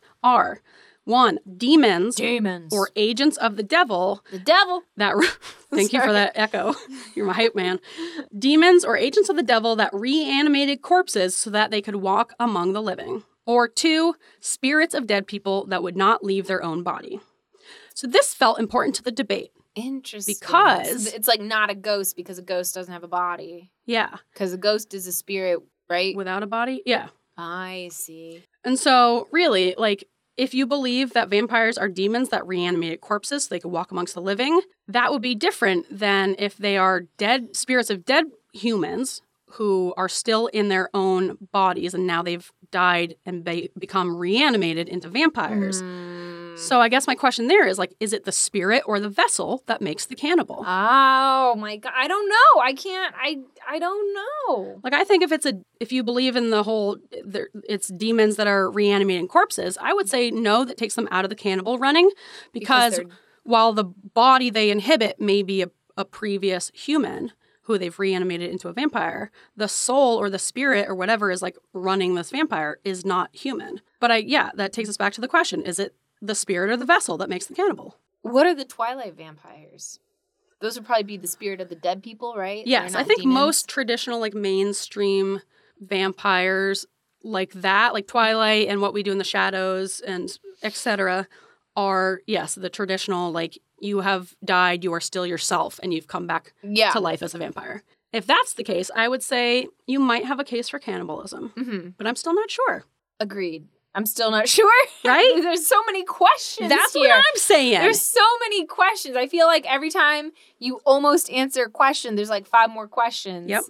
[SPEAKER 1] categories are one, demons
[SPEAKER 3] Demons
[SPEAKER 1] or agents of the devil
[SPEAKER 3] the devil.
[SPEAKER 1] that (laughs) thank you for
[SPEAKER 3] Sorry.
[SPEAKER 1] that echo (laughs) you're my hype man demons or agents of the devil that reanimated corpses so that they could walk among the living or two spirits of dead people that would not leave their own body so this felt important to the debate
[SPEAKER 3] Interesting.
[SPEAKER 1] Because-
[SPEAKER 3] it's, it's like not a ghost because a ghost doesn't have a body.
[SPEAKER 1] yeah
[SPEAKER 3] Because a ghost is a spirit, right?
[SPEAKER 1] without a body yeah
[SPEAKER 3] I see.
[SPEAKER 1] And so, really, like, if you believe that vampires are demons that reanimated corpses so they could walk amongst the living, that would be different than if they are dead spirits of dead humans who are still in their own bodies and now they've died and be- become reanimated into vampires.
[SPEAKER 3] Mm.
[SPEAKER 1] So, I guess my question there is like, is it the spirit or the vessel that makes the cannibal?
[SPEAKER 3] Oh my god! I don't know. I can't. I I don't know.
[SPEAKER 1] Like I think if it's a if you believe in the whole there, it's demons that are reanimating corpses, I would say no, that takes them out of the cannibal running because,
[SPEAKER 3] they're-
[SPEAKER 1] while the body they inhibit may be a, a previous human who they've reanimated into a vampire, the soul or the spirit or whatever is like running this vampire is not human. But I, yeah, that takes us back to the question is it the spirit or the vessel that makes the cannibal?
[SPEAKER 3] What are the Twilight vampires? Those would probably be the spirit of the dead people, right? They're
[SPEAKER 1] Yes, I
[SPEAKER 3] not
[SPEAKER 1] think
[SPEAKER 3] demons.
[SPEAKER 1] most traditional, like mainstream vampires like that, like Twilight and What We Do in the Shadows and etc., are yes, the traditional like you have died, you are still yourself, and you've come back
[SPEAKER 3] Yeah.
[SPEAKER 1] to life as a vampire. If that's the case, I would say you might have a case for cannibalism,
[SPEAKER 3] hmm
[SPEAKER 1] but I'm still not sure.
[SPEAKER 3] Agreed. I'm still not (laughs) sure.
[SPEAKER 1] Right?
[SPEAKER 3] There's so many questions.
[SPEAKER 1] that's
[SPEAKER 3] here.
[SPEAKER 1] what I'm saying.
[SPEAKER 3] There's so many questions. I feel like every time you almost answer a question, there's like five more questions
[SPEAKER 1] Yep.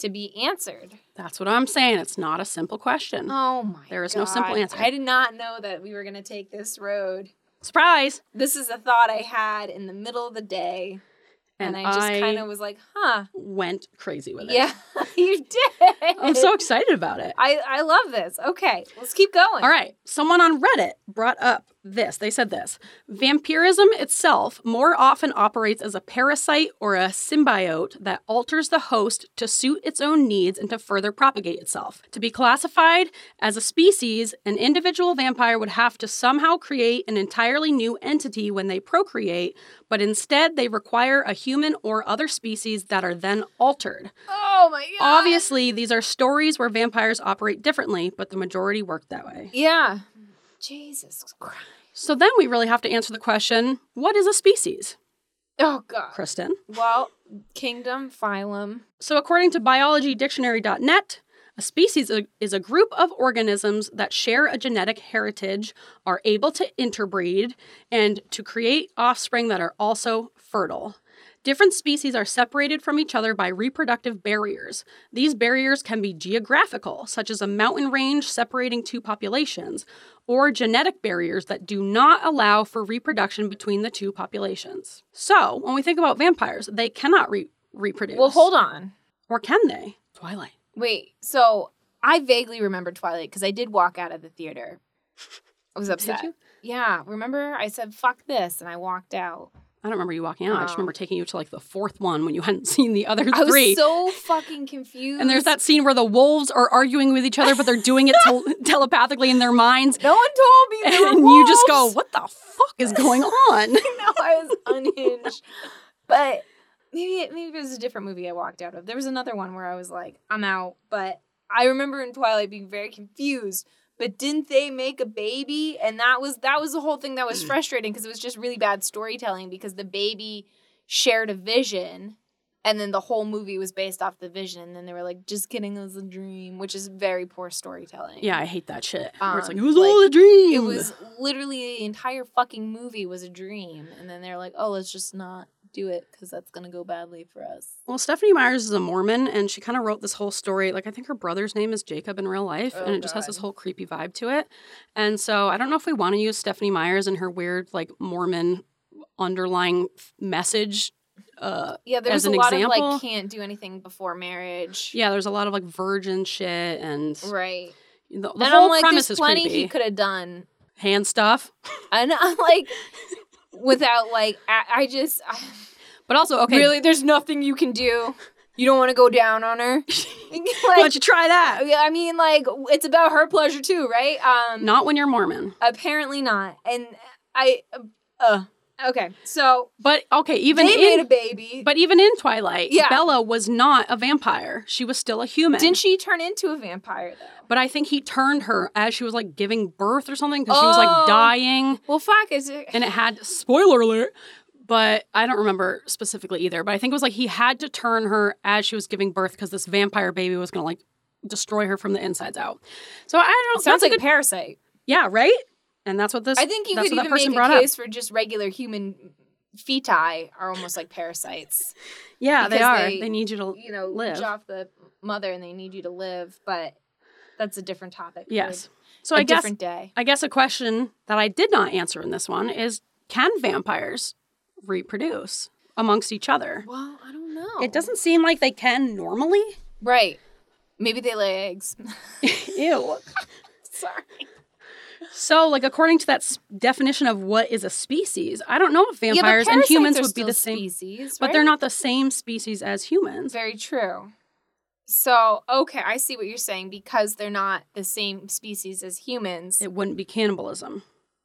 [SPEAKER 3] to be answered.
[SPEAKER 1] That's what I'm saying. It's not a simple question.
[SPEAKER 3] Oh my
[SPEAKER 1] There is no simple
[SPEAKER 3] God.
[SPEAKER 1] answer.
[SPEAKER 3] I did not know that we were going to take this road.
[SPEAKER 1] Surprise.
[SPEAKER 3] This is a thought I had in the middle of the day. And, I just kind of was like, huh.
[SPEAKER 1] went crazy with it.
[SPEAKER 3] Yeah, (laughs) you did.
[SPEAKER 1] I'm so excited about it.
[SPEAKER 3] I, I love this. Okay, let's keep going.
[SPEAKER 1] All right. Someone on Reddit brought up this. They said this Vampirism itself more often operates as a parasite or a symbiote that alters the host to suit its own needs and to further propagate itself. To be classified as a species, an individual vampire would have to somehow create an entirely new entity when they procreate, but instead they require a human or other species that are then altered.
[SPEAKER 3] Oh my God.
[SPEAKER 1] Obviously, these are stories where vampires operate differently, but the majority work that way.
[SPEAKER 3] Yeah. Jesus Christ.
[SPEAKER 1] So then we really have to answer the question what is a species,
[SPEAKER 3] Oh God.
[SPEAKER 1] Kristen?
[SPEAKER 3] Well, kingdom, phylum.
[SPEAKER 1] So, according to biologydictionary.net, a species i- is a group of organisms that share a genetic heritage, are able to interbreed, and to create offspring that are also fertile. Different species are separated from each other by reproductive barriers. These barriers can be geographical, such as a mountain range separating two populations, or genetic barriers that do not allow for reproduction between the two populations. So, when we think about vampires, they cannot re- reproduce.
[SPEAKER 3] Well, hold on.
[SPEAKER 1] Or can they? Twilight.
[SPEAKER 3] Wait. So I vaguely remember Twilight because I did walk out of the theater. I was upset.
[SPEAKER 1] you?
[SPEAKER 3] Yeah. Remember, I said "fuck this" and I walked out.
[SPEAKER 1] I don't remember you walking out. I
[SPEAKER 3] Oh.
[SPEAKER 1] just remember taking you to like the fourth one when you hadn't (laughs) seen the other
[SPEAKER 3] I
[SPEAKER 1] three.
[SPEAKER 3] was so fucking confused.
[SPEAKER 1] and there's that scene where the wolves are arguing with each other, but they're doing it
[SPEAKER 3] (laughs)
[SPEAKER 1] tel- telepathically in their minds.
[SPEAKER 3] No one told me. There
[SPEAKER 1] (laughs) And
[SPEAKER 3] were
[SPEAKER 1] you just go,
[SPEAKER 3] wolves.
[SPEAKER 1] what the fuck is going
[SPEAKER 3] (laughs)
[SPEAKER 1] on?
[SPEAKER 3] no, I was unhinged. But maybe it, maybe it was a different movie I walked out of. There was another one where I was like, I'm out. But I remember in Twilight being very confused. But didn't they make a baby? And that was that was the whole thing that was frustrating because it was just really bad storytelling because the baby shared a vision. And then the whole movie was based off the vision. And then they were like, just kidding, it was a dream, which is very poor storytelling.
[SPEAKER 1] yeah, I hate that shit. Where it's like,
[SPEAKER 3] Um,
[SPEAKER 1] it was
[SPEAKER 3] like,
[SPEAKER 1] all a dream.
[SPEAKER 3] It was literally the entire fucking movie was a dream. And then they're like, oh, let's just not do it because that's going to go badly for us.
[SPEAKER 1] Well, Stephanie Myers is a Mormon, and she kind of wrote this whole story. Like, I think her brother's name is Jacob in real life,
[SPEAKER 3] Oh,
[SPEAKER 1] and it just has
[SPEAKER 3] God.
[SPEAKER 1] this whole creepy vibe to it. And so, I don't know if we want to use Stephanie Myers and her weird, like, Mormon underlying f- message. Uh,
[SPEAKER 3] Yeah, there
[SPEAKER 1] As
[SPEAKER 3] was a
[SPEAKER 1] an
[SPEAKER 3] lot of
[SPEAKER 1] example?
[SPEAKER 3] like, can't do anything before marriage.
[SPEAKER 1] yeah, there's a lot of like virgin shit, and the,
[SPEAKER 3] Right.
[SPEAKER 1] the whole
[SPEAKER 3] Mm. and I'm like,
[SPEAKER 1] premise
[SPEAKER 3] there's
[SPEAKER 1] is
[SPEAKER 3] plenty
[SPEAKER 1] creepy.
[SPEAKER 3] he could have done.
[SPEAKER 1] Hand stuff,
[SPEAKER 3] And I'm like, without like, I, I just, I,
[SPEAKER 1] but also (laughs) okay.
[SPEAKER 3] really, there's nothing you can do. You don't want to go down
[SPEAKER 1] (laughs)
[SPEAKER 3] on her. (laughs)
[SPEAKER 1] why
[SPEAKER 3] like,
[SPEAKER 1] don't you try that?
[SPEAKER 3] I mean, like, it's about her pleasure too, right? Um,
[SPEAKER 1] Not when you're Mormon,
[SPEAKER 3] Apparently not. And I, uh, okay. So
[SPEAKER 1] but okay. Even
[SPEAKER 3] they
[SPEAKER 1] in,
[SPEAKER 3] made a baby.
[SPEAKER 1] but even in Twilight,
[SPEAKER 3] Yeah.
[SPEAKER 1] Bella was not a vampire. She was still a human.
[SPEAKER 3] didn't she turn into a vampire though?
[SPEAKER 1] But I think he turned her as she was like giving birth or something because she was
[SPEAKER 3] Oh.
[SPEAKER 1] like dying
[SPEAKER 3] Well, fuck. Is it? (laughs)
[SPEAKER 1] and it had spoiler alert. But I don't remember specifically either. But I think it was like he had to turn her as she was giving birth because this vampire baby was gonna like destroy her from the insides out. So I don't.
[SPEAKER 3] sounds
[SPEAKER 1] that's a
[SPEAKER 3] like
[SPEAKER 1] good-
[SPEAKER 3] parasite.
[SPEAKER 1] yeah, right. And that's what this.
[SPEAKER 3] I think you
[SPEAKER 1] that's
[SPEAKER 3] could
[SPEAKER 1] what that
[SPEAKER 3] even
[SPEAKER 1] person
[SPEAKER 3] make a
[SPEAKER 1] brought up.
[SPEAKER 3] case for just regular human feti are almost like parasites.
[SPEAKER 1] Yeah, they
[SPEAKER 3] because
[SPEAKER 1] are.
[SPEAKER 3] they-
[SPEAKER 1] They, need you to.
[SPEAKER 3] You know,
[SPEAKER 1] Live.
[SPEAKER 3] leech off the mother and they need you to live, but that's a different topic. for
[SPEAKER 1] Yes. So
[SPEAKER 3] a
[SPEAKER 1] I guess
[SPEAKER 3] different day.
[SPEAKER 1] I guess a question that I did not answer in this one is: Can vampires reproduce amongst each other?
[SPEAKER 3] Well, I don't know.
[SPEAKER 1] It doesn't seem like they can normally. (laughs)
[SPEAKER 3] Right. Maybe they lay eggs.
[SPEAKER 1] Ew.
[SPEAKER 3] (laughs) Sorry.
[SPEAKER 1] So, like, according to that s- definition of what is a species, I don't know if
[SPEAKER 3] Yeah, but
[SPEAKER 1] vampires and
[SPEAKER 3] parasites
[SPEAKER 1] humans
[SPEAKER 3] are
[SPEAKER 1] would be
[SPEAKER 3] still
[SPEAKER 1] the same,
[SPEAKER 3] species,
[SPEAKER 1] but they're
[SPEAKER 3] right?
[SPEAKER 1] not the same species as humans.
[SPEAKER 3] Very true. So, okay, I see what you're saying because they're not the same species as humans.
[SPEAKER 1] It wouldn't be cannibalism.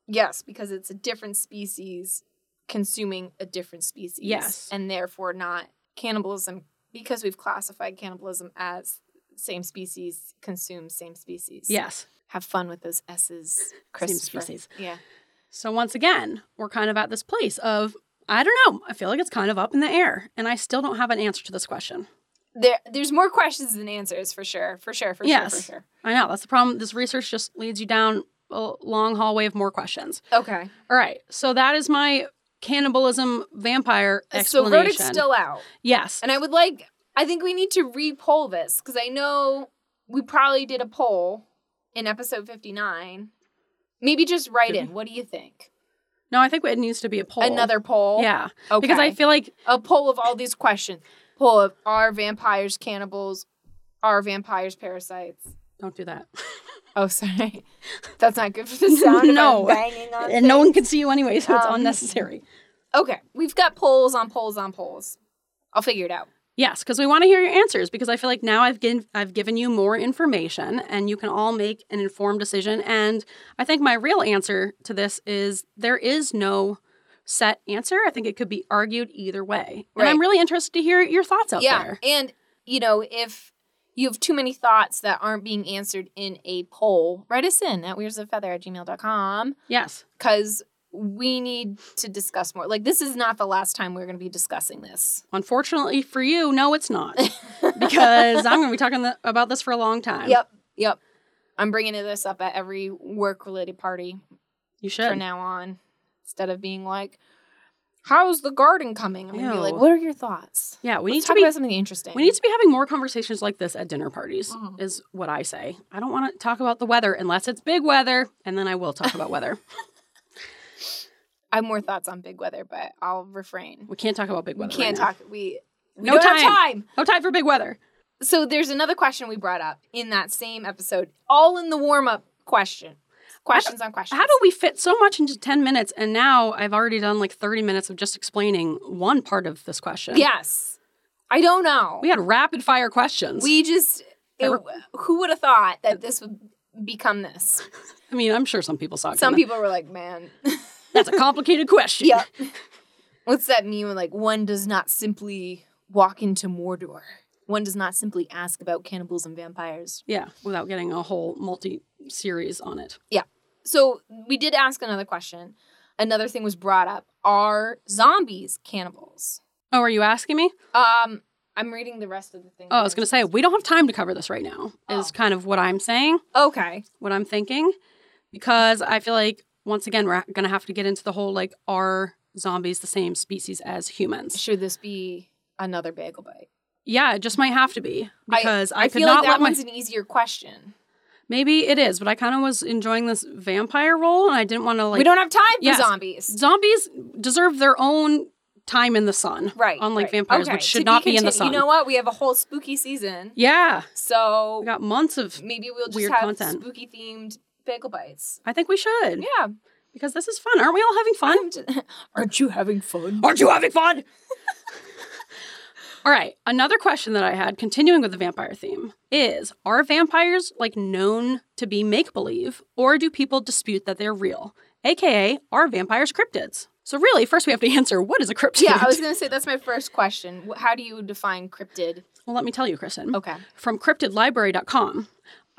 [SPEAKER 3] yes, because it's a different species consuming a different species.
[SPEAKER 1] Yes.
[SPEAKER 3] And therefore not cannibalism because we've classified cannibalism as same species consumes same species.
[SPEAKER 1] Yes.
[SPEAKER 3] Have fun with those
[SPEAKER 1] (laughs)
[SPEAKER 3] S's, Christopher.
[SPEAKER 1] species.
[SPEAKER 3] Yeah.
[SPEAKER 1] So once again, we're kind of at this place of I don't know. I feel like it's kind of up in the air, and I still don't have an answer to this question.
[SPEAKER 3] There, there's more questions than answers for sure. For sure. For
[SPEAKER 1] Yes.
[SPEAKER 3] sure.
[SPEAKER 1] I know that's the problem. This research just leads you down a long hallway of more questions.
[SPEAKER 3] For sure. Okay.
[SPEAKER 1] All right, so that is my cannibalism vampire
[SPEAKER 3] So
[SPEAKER 1] explanation.
[SPEAKER 3] verdict's still out.
[SPEAKER 1] yes,
[SPEAKER 3] And I would like, I think we need to re poll this because I know we probably did a poll in episode 59. Maybe just write in. What do you think?
[SPEAKER 1] no, I think it needs to be a poll.
[SPEAKER 3] Another poll.
[SPEAKER 1] yeah,
[SPEAKER 3] Okay.
[SPEAKER 1] because I feel like
[SPEAKER 3] a poll of all these questions. Poll of are vampires cannibals? Are vampires parasites?
[SPEAKER 1] don't do
[SPEAKER 3] (laughs)
[SPEAKER 1] that,
[SPEAKER 3] Oh, sorry. That's not good for the sound. of
[SPEAKER 1] No.
[SPEAKER 3] our Banging (laughs) on
[SPEAKER 1] and no one
[SPEAKER 3] things.
[SPEAKER 1] can see you anyway, so it's
[SPEAKER 3] Um,
[SPEAKER 1] unnecessary.
[SPEAKER 3] Okay. We've got polls on polls on polls. I'll figure it out.
[SPEAKER 1] Yes, because we want to hear your answers. Because I feel like now I've given I've given you more information, and you can all make an informed decision. And I think my real answer to this is there is no set answer. I think it could be argued either way. And I'm
[SPEAKER 3] Right.
[SPEAKER 1] really interested to hear your thoughts out
[SPEAKER 3] yeah.
[SPEAKER 1] there.
[SPEAKER 3] And, you know, if you have too many thoughts that aren't being answered in a poll, write us in at weirdsofeather at gmail.com
[SPEAKER 1] Yes,
[SPEAKER 3] because we need to discuss more. Like, this is not the last time we're going to be discussing this.
[SPEAKER 1] unfortunately for you, no, it's
[SPEAKER 3] (laughs)
[SPEAKER 1] not because I'm going to be talking th- about this for a long time.
[SPEAKER 3] Yep. Yep. I'm bringing this up at every work related party
[SPEAKER 1] you
[SPEAKER 3] from
[SPEAKER 1] should.
[SPEAKER 3] now on instead of being like, How's the garden coming? I'm going to be like,
[SPEAKER 1] Ew.
[SPEAKER 3] What are your thoughts?
[SPEAKER 1] Yeah, we
[SPEAKER 3] Let's
[SPEAKER 1] need to
[SPEAKER 3] talk
[SPEAKER 1] be
[SPEAKER 3] about something interesting.
[SPEAKER 1] We need to be having more conversations like this at dinner parties,
[SPEAKER 3] Mhm.
[SPEAKER 1] is what I say. I don't want to talk about the weather unless it's big weather, and then I will talk about
[SPEAKER 3] (laughs)
[SPEAKER 1] weather.
[SPEAKER 3] I have more thoughts on big weather, but I'll refrain.
[SPEAKER 1] We can't talk about big
[SPEAKER 3] We
[SPEAKER 1] weather.
[SPEAKER 3] can't
[SPEAKER 1] right now.
[SPEAKER 3] talk. We, we
[SPEAKER 1] No
[SPEAKER 3] don't
[SPEAKER 1] time.
[SPEAKER 3] have time.
[SPEAKER 1] No time for big weather.
[SPEAKER 3] So there's another question we brought up in that same episode, all in the warm up question. Questions on questions.
[SPEAKER 1] How do we fit so much into 10 minutes? And now I've already done like 30 minutes of just explaining one part of this question.
[SPEAKER 3] Yes. I don't know.
[SPEAKER 1] We had rapid fire questions.
[SPEAKER 3] We just,
[SPEAKER 1] That
[SPEAKER 3] it-
[SPEAKER 1] were-
[SPEAKER 3] who would have thought that this would become this?
[SPEAKER 1] I mean, I'm sure some people saw it.
[SPEAKER 3] Some
[SPEAKER 1] coming.
[SPEAKER 3] people were
[SPEAKER 1] (laughs)
[SPEAKER 3] like, man,
[SPEAKER 1] That's a complicated question.
[SPEAKER 3] yeah. What's that mean when, like, one does not simply walk into Mordor? One does not simply ask about cannibals and vampires.
[SPEAKER 1] (laughs) Yeah, without getting a whole multi series on it.
[SPEAKER 3] So we did ask another question. Another thing was brought up Are zombies cannibals?
[SPEAKER 1] Oh, are you asking me?
[SPEAKER 3] Um, I'm reading the rest of the thing.
[SPEAKER 1] Oh, I was going to say, we don't have time to cover this right now, is
[SPEAKER 3] Oh.
[SPEAKER 1] kind of what I'm saying.
[SPEAKER 3] Okay.
[SPEAKER 1] what I'm thinking because I feel like once again we're going to have to get into the whole like are zombies the same species as humans?
[SPEAKER 3] Should this be another bagel bite?
[SPEAKER 1] Yeah, it just might have to be
[SPEAKER 3] I-
[SPEAKER 1] because I,
[SPEAKER 3] I,
[SPEAKER 1] could
[SPEAKER 3] feel like
[SPEAKER 1] not
[SPEAKER 3] that
[SPEAKER 1] let my
[SPEAKER 3] one's an easier question.
[SPEAKER 1] maybe it is, but I kind of was enjoying this vampire role and I didn't want to like
[SPEAKER 3] we don't have time for
[SPEAKER 1] Yes.
[SPEAKER 3] zombies.
[SPEAKER 1] zombies deserve their own time in the sun.
[SPEAKER 3] Right.
[SPEAKER 1] Unlike
[SPEAKER 3] right.
[SPEAKER 1] vampires, which
[SPEAKER 3] Okay,
[SPEAKER 1] should
[SPEAKER 3] to
[SPEAKER 1] not be, in the
[SPEAKER 3] continued.
[SPEAKER 1] sun.
[SPEAKER 3] You know what? We have a whole spooky season.
[SPEAKER 1] yeah,
[SPEAKER 3] So
[SPEAKER 1] we got months of.
[SPEAKER 3] maybe we'll just
[SPEAKER 1] weird
[SPEAKER 3] have
[SPEAKER 1] content.
[SPEAKER 3] spooky themed bagel bites.
[SPEAKER 1] I think we should
[SPEAKER 3] Yeah.
[SPEAKER 1] because this is fun. Aren't we all having fun?
[SPEAKER 3] I'm just- (laughs) Aren't you having fun?
[SPEAKER 1] Aren't you having fun? All right. Another question that I had, continuing with the vampire theme, is are vampires like known to be make believe, or do people dispute that they're real? AKA, are vampires cryptids? So, really, first we have to (laughs) answer what is a cryptid?
[SPEAKER 3] Yeah, I was going to say that's my first question. Wh- How do you define cryptid?
[SPEAKER 1] well, let me tell you, Kristen.
[SPEAKER 3] Okay.
[SPEAKER 1] From cryptidlibrary.com.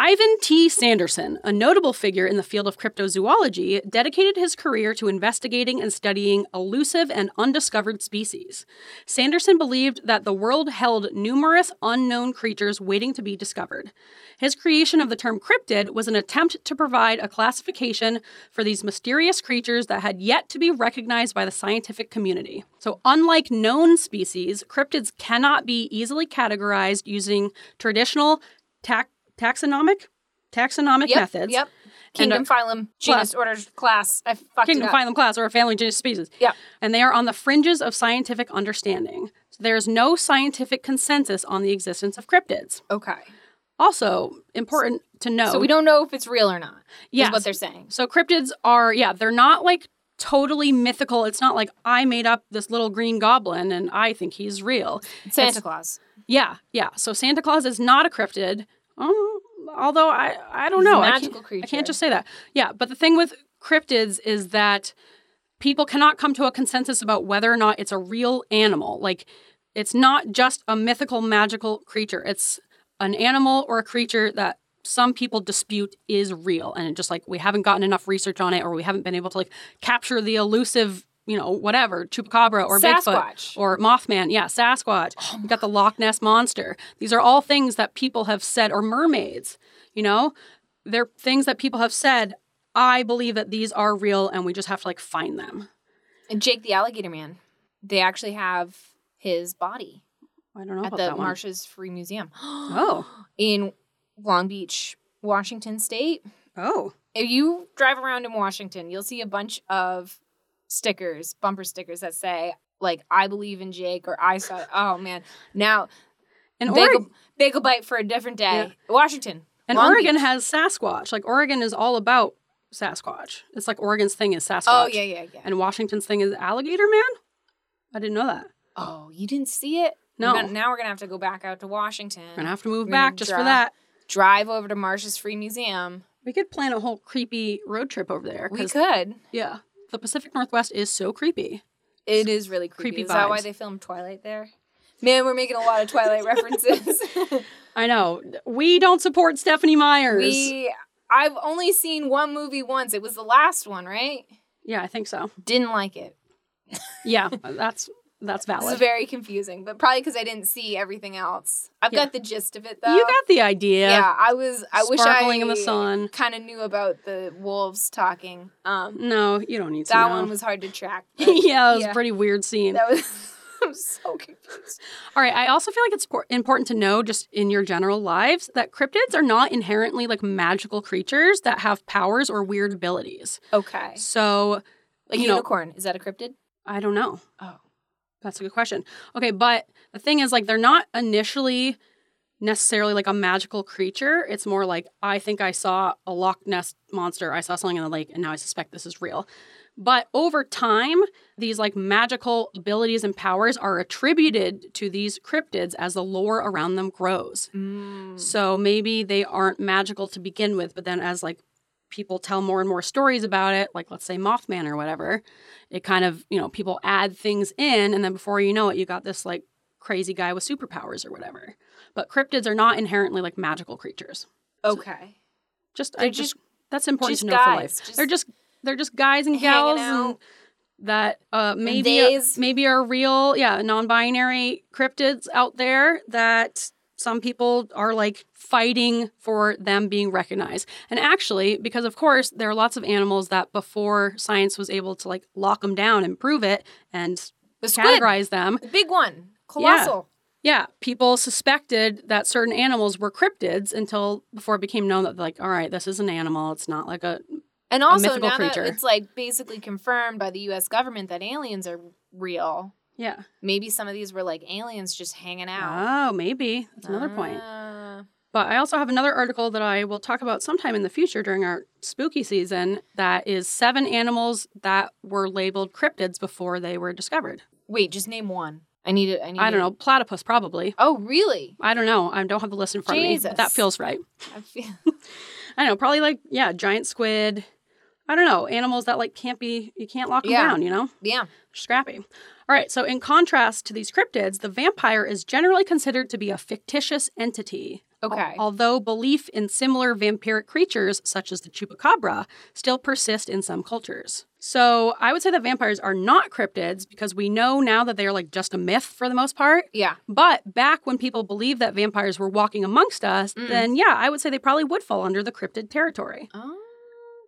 [SPEAKER 1] Ivan T. Sanderson, a notable figure in the field of cryptozoology, dedicated his career to investigating and studying elusive and undiscovered species. Sanderson believed that the world held numerous unknown creatures waiting to be discovered. His creation of the term cryptid was an attempt to provide a classification for these mysterious creatures that had yet to be recognized by the scientific community. So, unlike known species, cryptids cannot be easily categorized using traditional tax taxonomic taxonomic
[SPEAKER 3] Yep.
[SPEAKER 1] methods.
[SPEAKER 3] Yep.
[SPEAKER 1] And, uh,
[SPEAKER 3] Kingdom, phylum, genus, order, class. I fucked
[SPEAKER 1] Kingdom,
[SPEAKER 3] it up.
[SPEAKER 1] phylum, class, or a family genus species.
[SPEAKER 3] Yeah.
[SPEAKER 1] And they are on the fringes of scientific understanding. So there is no scientific consensus on the existence of cryptids.
[SPEAKER 3] Okay.
[SPEAKER 1] Also, important to know.
[SPEAKER 3] So we don't know if it's real or not. Yeah,
[SPEAKER 1] Yes.
[SPEAKER 3] is what they're saying.
[SPEAKER 1] So cryptids are, yeah, they're not like totally mythical. It's not like I made up this little green goblin and I think he's real.
[SPEAKER 3] Santa
[SPEAKER 1] It's-
[SPEAKER 3] Claus.
[SPEAKER 1] Yeah, yeah. So Santa Claus is not a cryptid. Um, although I, I don't know.
[SPEAKER 3] He's a
[SPEAKER 1] I can't-
[SPEAKER 3] magical creature.
[SPEAKER 1] I can't just say that. Yeah, but the thing with cryptids is that people cannot come to a consensus about whether or not it's a real animal. Like, it's not just a mythical, magical creature. It's an animal or a creature that some people dispute is real, and it just like we haven't gotten enough research on it, or we haven't been able to like capture the elusive, you know, whatever chupacabra or Bigfoot
[SPEAKER 3] Sasquatch.
[SPEAKER 1] or Mothman. Yeah, Sasquatch. We've got the Loch Ness monster. These are all things that people have said, or mermaids. You know, they're things that people have said. I believe that these are real, and we just have to like find them.
[SPEAKER 3] and Jake the Alligator Man. They actually have his body
[SPEAKER 1] I don't know
[SPEAKER 3] at
[SPEAKER 1] about
[SPEAKER 3] the
[SPEAKER 1] that one.
[SPEAKER 3] Marshes
[SPEAKER 1] (gasps)
[SPEAKER 3] Free Museum. (gasps)
[SPEAKER 1] Oh,
[SPEAKER 3] in Long Beach, Washington State.
[SPEAKER 1] oh,
[SPEAKER 3] If you drive around in Washington, you'll see a bunch of stickers, bumper stickers that say like "I believe in Jake" or "I saw." Oh man, now
[SPEAKER 1] (laughs) and
[SPEAKER 3] bagel,
[SPEAKER 1] Oregon,
[SPEAKER 3] bagel bite for a different day. Washington
[SPEAKER 1] and
[SPEAKER 3] Long
[SPEAKER 1] Oregon
[SPEAKER 3] Beach.
[SPEAKER 1] has Sasquatch. Like Oregon is all about Sasquatch. It's like Oregon's thing is Sasquatch.
[SPEAKER 3] Oh yeah, yeah, yeah.
[SPEAKER 1] And Washington's thing is alligator man. I didn't know that.
[SPEAKER 3] Oh, you didn't see it?
[SPEAKER 1] No,
[SPEAKER 3] We're gonna- now we're gonna have to go back out to Washington.
[SPEAKER 1] we're gonna have to move
[SPEAKER 3] We're gonna
[SPEAKER 1] back just for
[SPEAKER 3] draw.
[SPEAKER 1] that.
[SPEAKER 3] drive over to Marshes Free Museum.
[SPEAKER 1] We could plan a whole creepy road trip over there.
[SPEAKER 3] We
[SPEAKER 1] 'cause-
[SPEAKER 3] could.
[SPEAKER 1] Yeah, the Pacific Northwest is so creepy.
[SPEAKER 3] It is really creepy.
[SPEAKER 1] creepy
[SPEAKER 3] is that why
[SPEAKER 1] vibes.
[SPEAKER 3] they filmed Twilight there? Man, we're making a lot of
[SPEAKER 1] (laughs)
[SPEAKER 3] Twilight references.
[SPEAKER 1] I know. We don't support Stephanie Myers.
[SPEAKER 3] we I've only seen one movie once. It was the last one, right?
[SPEAKER 1] yeah, I think so.
[SPEAKER 3] Didn't like it.
[SPEAKER 1] Yeah, that's that's
[SPEAKER 3] It was
[SPEAKER 1] valid.
[SPEAKER 3] very confusing, but probably because I didn't see everything else. I've
[SPEAKER 1] Yeah.
[SPEAKER 3] got the gist of it though.
[SPEAKER 1] You got the idea.
[SPEAKER 3] yeah. I was. I wish I
[SPEAKER 1] Sparkling in the sun.
[SPEAKER 3] Kind of knew about the wolves talking. Um,
[SPEAKER 1] No, you don't need to.
[SPEAKER 3] that
[SPEAKER 1] know. (laughs)
[SPEAKER 3] one was hard to track. but
[SPEAKER 1] Mm, yeah, it was
[SPEAKER 3] yeah.
[SPEAKER 1] a pretty weird scene.
[SPEAKER 3] that was. (laughs) I'm so confused.
[SPEAKER 1] All right, I also feel like it's por- important to know, just in your general lives, that cryptids are not inherently like magical creatures that have powers or weird abilities.
[SPEAKER 3] Okay,
[SPEAKER 1] So
[SPEAKER 3] like
[SPEAKER 1] You know-
[SPEAKER 3] unicorn. is that a cryptid?
[SPEAKER 1] I don't know.
[SPEAKER 3] Oh.
[SPEAKER 1] That's a good question. Okay, but the thing is, like, they're not initially necessarily like a magical creature. It's more like, I think I saw a Loch Ness monster, I saw something in the lake, and now I suspect this is real. But over time, these like magical abilities and powers are attributed to these cryptids as the lore around them grows.
[SPEAKER 3] Mm,
[SPEAKER 1] So maybe they aren't magical to begin with, but then as like people tell more and more stories about it, like let's say Mothman or whatever, it kind of, you know, people add things in and then before you know it, you got this like crazy guy with superpowers or whatever. But cryptids are not inherently like magical creatures.
[SPEAKER 3] Okay,
[SPEAKER 1] Just I
[SPEAKER 3] They're
[SPEAKER 1] just, that's important
[SPEAKER 3] just
[SPEAKER 1] to know for life.
[SPEAKER 3] guys, just
[SPEAKER 1] they're just they're just guys and
[SPEAKER 3] hanging
[SPEAKER 1] gals
[SPEAKER 3] out.
[SPEAKER 1] and that uh, maybe
[SPEAKER 3] theys.
[SPEAKER 1] maybe are real, yeah, non-binary cryptids out there that some people are like fighting for them being recognized. And actually, because of course there are lots of animals that before science was able to like lock them down and prove it and
[SPEAKER 3] the squid,
[SPEAKER 1] categorize them,
[SPEAKER 3] the big one, colossal.
[SPEAKER 1] yeah, people suspected that certain animals were cryptids until before it became known that like, all right, this is an animal. It's not like a
[SPEAKER 3] And also
[SPEAKER 1] mythical
[SPEAKER 3] now
[SPEAKER 1] creature.
[SPEAKER 3] that it's like basically confirmed by the U.S. government that aliens are real,
[SPEAKER 1] yeah.
[SPEAKER 3] maybe some of these were like aliens just hanging out.
[SPEAKER 1] Oh, maybe that's another point.
[SPEAKER 3] Ah.
[SPEAKER 1] But I also have another article that I will talk about sometime in the future during our spooky season that is seven animals that were labeled cryptids before they were discovered.
[SPEAKER 3] Wait, just name one. I need it. I need.
[SPEAKER 1] I don't
[SPEAKER 3] it.
[SPEAKER 1] know, platypus probably.
[SPEAKER 3] Oh, really?
[SPEAKER 1] I don't know. I don't have the list in front of me.
[SPEAKER 3] Jesus.
[SPEAKER 1] But that feels right.
[SPEAKER 3] I feel- (laughs)
[SPEAKER 1] I don't know, probably like yeah, giant squid. I don't know, animals that like can't be you can't lock them
[SPEAKER 3] Yeah.
[SPEAKER 1] down, you know?
[SPEAKER 3] yeah.
[SPEAKER 1] Scrappy. All right, so in contrast to these cryptids, the vampire is generally considered to be a fictitious entity. al-
[SPEAKER 3] Okay.
[SPEAKER 1] although belief in similar vampiric creatures, such as the chupacabra, still persist in some cultures. So I would say that vampires are not cryptids because we know now that they are like just a myth for the most part.
[SPEAKER 3] Yeah.
[SPEAKER 1] But back when people believed that vampires were walking amongst us, then yeah, I would say they probably would fall under the cryptid territory.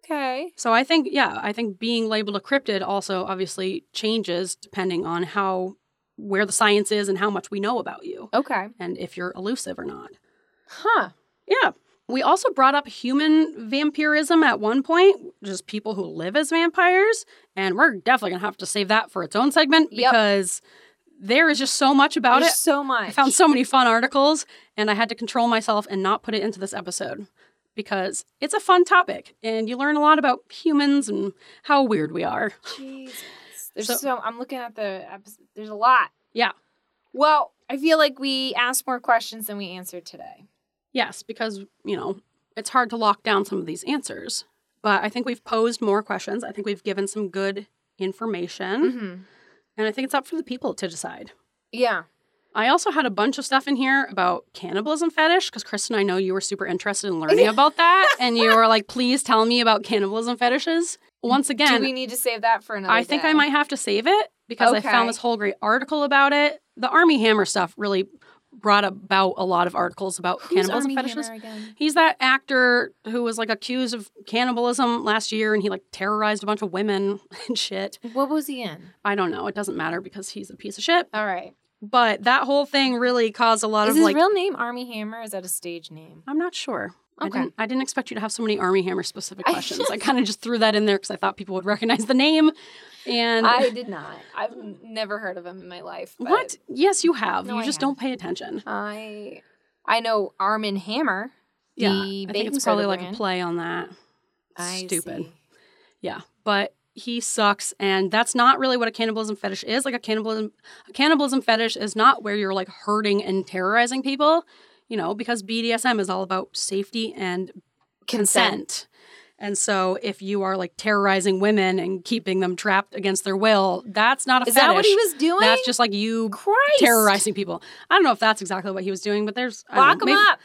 [SPEAKER 3] Okay.
[SPEAKER 1] So I think, yeah, I think being labeled a cryptid also obviously changes depending on how, where the science is and how much we know about you
[SPEAKER 3] Okay.
[SPEAKER 1] and if you're elusive or not.
[SPEAKER 3] Huh.
[SPEAKER 1] Yeah. We also brought up human vampirism at one point, just people who live as vampires. And we're definitely going to have to save that for its own segment
[SPEAKER 3] Yep.
[SPEAKER 1] because there is just so much about
[SPEAKER 3] There's
[SPEAKER 1] it.
[SPEAKER 3] so much.
[SPEAKER 1] I found so many fun articles, and I had to control myself and not put it into this episode because it's a fun topic, and you learn a lot about humans and how weird we are.
[SPEAKER 3] Jesus. There's
[SPEAKER 1] So-
[SPEAKER 3] so, I'm looking at the episode. There's a lot.
[SPEAKER 1] Yeah.
[SPEAKER 3] Well, I feel like we asked more questions than we answered today.
[SPEAKER 1] Yes, because, you know, it's hard to lock down some of these answers. But I think we've posed more questions. I think we've given some good information.
[SPEAKER 3] Mm-hmm.
[SPEAKER 1] And I think it's up for the people to decide.
[SPEAKER 3] Yeah.
[SPEAKER 1] I also had a bunch of stuff in here about cannibalism fetish because Kristen, I know you were super interested in
[SPEAKER 3] (laughs)
[SPEAKER 1] learning about that. And you were like, please tell me about cannibalism fetishes. Once
[SPEAKER 3] Do
[SPEAKER 1] again,
[SPEAKER 3] we need to save that for another
[SPEAKER 1] I think
[SPEAKER 3] day?
[SPEAKER 1] I might have to save it because I
[SPEAKER 3] Okay.
[SPEAKER 1] found this whole great article about it. The Army Hammer stuff really brought about a lot of articles about
[SPEAKER 3] Who's
[SPEAKER 1] cannibalism
[SPEAKER 3] Armie
[SPEAKER 1] fetishes.
[SPEAKER 3] Hammer again?
[SPEAKER 1] He's that actor who was like accused of cannibalism last year and he like terrorized a bunch of women (laughs) and shit.
[SPEAKER 3] What was he in?
[SPEAKER 1] I don't know. It doesn't matter because he's a piece of shit.
[SPEAKER 3] All right.
[SPEAKER 1] But that whole thing really caused a lot
[SPEAKER 3] Is
[SPEAKER 1] of
[SPEAKER 3] his
[SPEAKER 1] like.
[SPEAKER 3] real name Army Hammer? Or is that a stage name?
[SPEAKER 1] I'm not sure.
[SPEAKER 3] Okay.
[SPEAKER 1] I, didn't, I didn't expect you to have so many Army Hammer
[SPEAKER 3] (laughs)
[SPEAKER 1] specific questions. I kind of just threw that in there because I thought people would recognize the name. And
[SPEAKER 3] I did not. I've never heard of him in my life.
[SPEAKER 1] (laughs)
[SPEAKER 3] but
[SPEAKER 1] what? Yes, you have.
[SPEAKER 3] No,
[SPEAKER 1] you
[SPEAKER 3] I
[SPEAKER 1] just don't pay attention.
[SPEAKER 3] I I know Armin Hammer. The
[SPEAKER 1] yeah, I think
[SPEAKER 3] baking
[SPEAKER 1] it's probably
[SPEAKER 3] soda
[SPEAKER 1] like a
[SPEAKER 3] brand.
[SPEAKER 1] play on that.
[SPEAKER 3] I
[SPEAKER 1] Stupid.
[SPEAKER 3] see.
[SPEAKER 1] Yeah, but he sucks, and that's not really what a cannibalism fetish is. Like a cannibalism, a cannibalism fetish is not where you're like hurting and terrorizing people, you know, because BDSM is all about safety and consent. And so, if you are like terrorizing women and keeping them trapped against their will, that's not a
[SPEAKER 3] Is
[SPEAKER 1] fetish.
[SPEAKER 3] that what he was doing?
[SPEAKER 1] That's just like you
[SPEAKER 3] Christ.
[SPEAKER 1] terrorizing people. I don't know if that's exactly what he was doing, but there's I don't
[SPEAKER 3] Lock
[SPEAKER 1] know,
[SPEAKER 3] him
[SPEAKER 1] maybe-
[SPEAKER 3] up.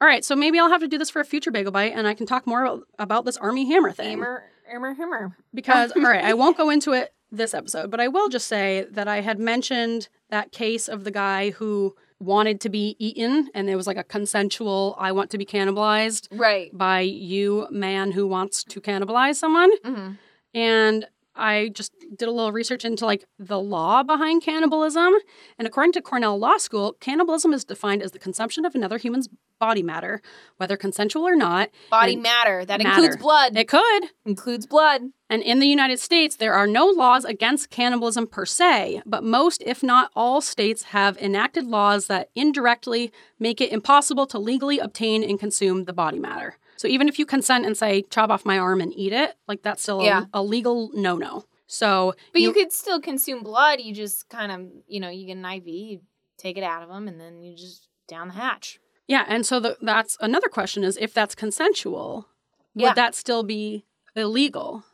[SPEAKER 1] All right, so maybe I'll have to do this for a future bagel bite, and I can talk more about, about this army hammer thing
[SPEAKER 3] Hammer, Hammer, Hammer.
[SPEAKER 1] because all right, I won't
[SPEAKER 3] (laughs)
[SPEAKER 1] go into it this episode, but I will just say that I had mentioned that case of the guy who wanted to be eaten and there was like a consensual I want to be cannibalized
[SPEAKER 3] Right.
[SPEAKER 1] by you man who wants to cannibalize someone
[SPEAKER 3] Mm-hmm.
[SPEAKER 1] and I just did a little research into like the law behind cannibalism and according to Cornell Law School cannibalism is defined as the consumption of another human's body matter whether consensual or not
[SPEAKER 3] Body
[SPEAKER 1] And-
[SPEAKER 3] matter. That
[SPEAKER 1] matter.
[SPEAKER 3] includes blood.
[SPEAKER 1] it could
[SPEAKER 3] includes blood.
[SPEAKER 1] and in the United States, there are no laws against cannibalism per se, but most, if not all, states have enacted laws that indirectly make it impossible to legally obtain and consume the body matter. So even if you consent and say, chop off my arm and eat it, like that's still a-
[SPEAKER 3] Yeah.
[SPEAKER 1] a, legal no no. So,
[SPEAKER 3] But you, could still consume blood. You just kind of, you know, you get an IV, you take it out of them, and then you just down the hatch.
[SPEAKER 1] yeah, and so the, that's another question is if that's consensual,
[SPEAKER 3] Yeah.
[SPEAKER 1] would that still be illegal?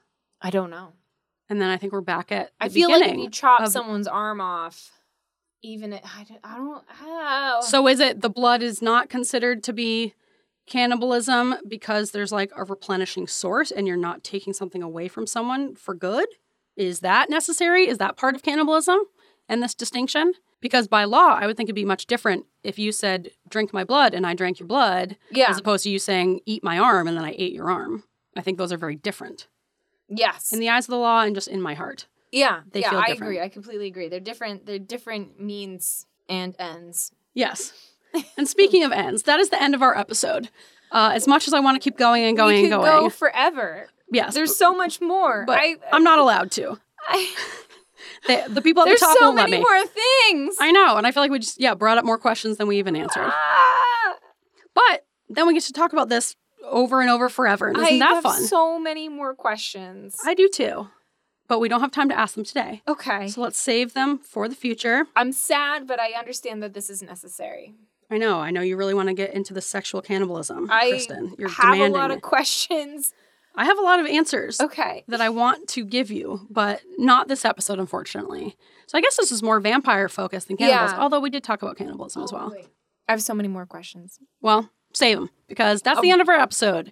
[SPEAKER 3] I don't know.
[SPEAKER 1] And then I think we're back at the
[SPEAKER 3] I feel like if
[SPEAKER 1] beginning.
[SPEAKER 3] you chop
[SPEAKER 1] of-
[SPEAKER 3] someone's arm off, even it, I don't, I don't oh. how.
[SPEAKER 1] So is it the blood is not considered to be cannibalism because there's like a replenishing source and you're not taking something away from someone for good? Is that necessary? Is that part of cannibalism and this distinction? Because by law, I would think it'd be much different if you said, drink my blood and I drank your blood,
[SPEAKER 3] yeah,
[SPEAKER 1] as opposed to you saying, eat my arm and then I ate your arm. I think those are very different
[SPEAKER 3] yes,
[SPEAKER 1] in the eyes of the law and just in my heart.
[SPEAKER 3] yeah,
[SPEAKER 1] they
[SPEAKER 3] yeah.
[SPEAKER 1] feel
[SPEAKER 3] I
[SPEAKER 1] different.
[SPEAKER 3] agree. I completely agree. They're different. They're different means and ends. (laughs)
[SPEAKER 1] Yes. And speaking of ends, that is the end of our episode. Uh, as much as I want to keep going and going
[SPEAKER 3] we
[SPEAKER 1] and
[SPEAKER 3] could
[SPEAKER 1] going,
[SPEAKER 3] go forever.
[SPEAKER 1] Yes.
[SPEAKER 3] There's so much more.
[SPEAKER 1] but
[SPEAKER 3] I,
[SPEAKER 1] I'm not allowed to.
[SPEAKER 3] I,
[SPEAKER 1] The, the people at
[SPEAKER 3] there's
[SPEAKER 1] the top
[SPEAKER 3] so
[SPEAKER 1] won't let
[SPEAKER 3] many
[SPEAKER 1] me.
[SPEAKER 3] more things.
[SPEAKER 1] I know, and I feel like we just yeah brought up more questions than we even answered.
[SPEAKER 3] Ah,
[SPEAKER 1] But then we get to talk about this over and over forever, and
[SPEAKER 3] I
[SPEAKER 1] isn't that
[SPEAKER 3] have
[SPEAKER 1] fun?
[SPEAKER 3] so many more questions.
[SPEAKER 1] I do too, but we don't have time to ask them today,
[SPEAKER 3] okay.
[SPEAKER 1] so let's save them for the future.
[SPEAKER 3] I'm sad, but I understand that this is necessary.
[SPEAKER 1] I know, I know you really want to get into the sexual cannibalism,
[SPEAKER 3] I
[SPEAKER 1] Kristen. You're
[SPEAKER 3] have
[SPEAKER 1] demanding.
[SPEAKER 3] a lot
[SPEAKER 1] it.
[SPEAKER 3] of questions.
[SPEAKER 1] I have a lot of answers.
[SPEAKER 3] Okay.
[SPEAKER 1] that I want to give you, but not this episode, unfortunately. So I guess this is more vampire focused than cannibalism,
[SPEAKER 3] Yeah. Oh,
[SPEAKER 1] although we did talk about cannibalism as well.
[SPEAKER 3] I have so many more questions.
[SPEAKER 1] Well, save them because that's the
[SPEAKER 3] Oh.
[SPEAKER 1] end of our episode.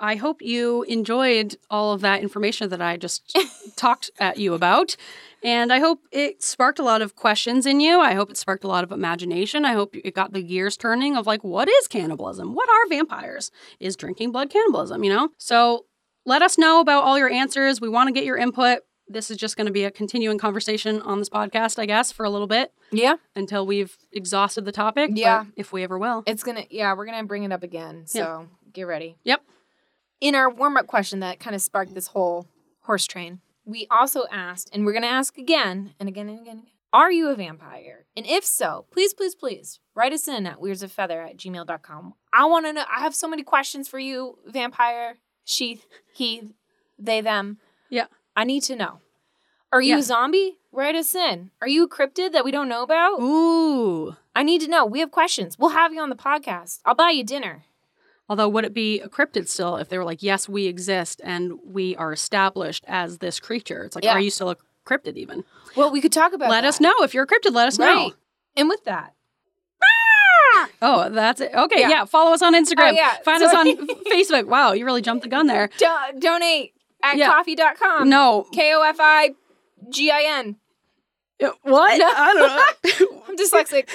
[SPEAKER 1] I hope you enjoyed all of that information that I
[SPEAKER 3] (laughs)
[SPEAKER 1] just talked at you about. And I hope it sparked a lot of questions in you. I hope it sparked a lot of imagination. I hope it got the gears turning of like, what is cannibalism? What are vampires? Is drinking blood cannibalism, you know? So let us know about all your answers. We want to get your input. This is just going to be a continuing conversation on this podcast, I guess, for a little bit
[SPEAKER 3] Yeah.
[SPEAKER 1] until we've exhausted the topic. but
[SPEAKER 3] Yeah.
[SPEAKER 1] If we ever will.
[SPEAKER 3] It's going to, yeah, we're going to bring it up again. So get ready.
[SPEAKER 1] Yep.
[SPEAKER 3] In our warm up question that kind of sparked this whole horse train, we also asked, and we're going to ask again and again and again. Are you a vampire? And if so, please, please, please write us in at weirdsofeather at gmail.com. I want to know. I have so many questions for you, vampire, she, he, they, them.
[SPEAKER 1] Yeah.
[SPEAKER 3] I need to know. Are you
[SPEAKER 1] Yeah.
[SPEAKER 3] a zombie? Write us in. Are you a cryptid that we don't know about?
[SPEAKER 1] Ooh.
[SPEAKER 3] I need to know. We have questions. We'll have you on the podcast. I'll buy you dinner.
[SPEAKER 1] Although, would it be a cryptid still if they were like, yes, we exist and we are established as this creature? It's like,
[SPEAKER 3] Yeah.
[SPEAKER 1] are you still a cryptid even?
[SPEAKER 3] Well, we could talk about
[SPEAKER 1] Let
[SPEAKER 3] that.
[SPEAKER 1] us know. If you're a cryptid, let us
[SPEAKER 3] Right.
[SPEAKER 1] know.
[SPEAKER 3] And with that,
[SPEAKER 1] Oh, that's it. Okay.
[SPEAKER 3] Yeah.
[SPEAKER 1] Yeah. Follow us on Instagram.
[SPEAKER 3] Oh, yeah.
[SPEAKER 1] Find
[SPEAKER 3] Sorry.
[SPEAKER 1] us on Facebook. Wow. You really jumped the gun
[SPEAKER 3] (laughs)
[SPEAKER 1] there.
[SPEAKER 3] do- donate at
[SPEAKER 1] Yeah.
[SPEAKER 3] coffee.com.
[SPEAKER 1] no.
[SPEAKER 3] K O F I G I N.
[SPEAKER 1] Uh, What? (laughs) I
[SPEAKER 3] (laughs)
[SPEAKER 1] don't know.
[SPEAKER 3] I'm dyslexic.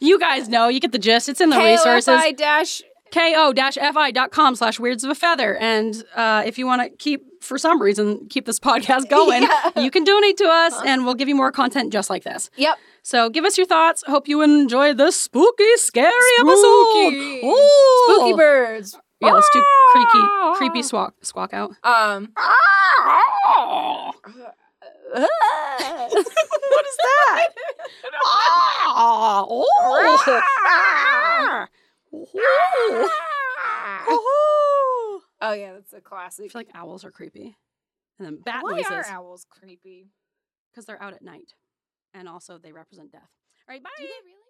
[SPEAKER 1] you guys know. You get the gist. It's in (laughs) the
[SPEAKER 3] K O F
[SPEAKER 1] resources.
[SPEAKER 3] I dash.
[SPEAKER 1] ko-fi.com slash weirds of a feather. And uh, if you want to keep, for some reason, keep this
[SPEAKER 3] (laughs)
[SPEAKER 1] podcast going, you can donate to us
[SPEAKER 3] Uh-huh.
[SPEAKER 1] and we'll give you more content just like this.
[SPEAKER 3] Yep.
[SPEAKER 1] So give us your thoughts. Hope you enjoy this spooky, scary
[SPEAKER 3] Spooky.
[SPEAKER 1] episode. Ooh.
[SPEAKER 3] Spooky birds.
[SPEAKER 1] Yeah, let's do creaky,
[SPEAKER 3] Ah.
[SPEAKER 1] creepy squawk, squawk out.
[SPEAKER 3] Um.
[SPEAKER 1] (laughs) What is (laughs) that? Ah, oh. Oh. Oh.
[SPEAKER 3] (laughs) Oh yeah, that's a
[SPEAKER 1] I
[SPEAKER 3] classic.
[SPEAKER 1] feel like owls are creepy. And then bat
[SPEAKER 3] Why are
[SPEAKER 1] noises.
[SPEAKER 3] owls creepy?
[SPEAKER 1] Because they're out at night. And also they represent death. All right, bye.
[SPEAKER 3] Do they really?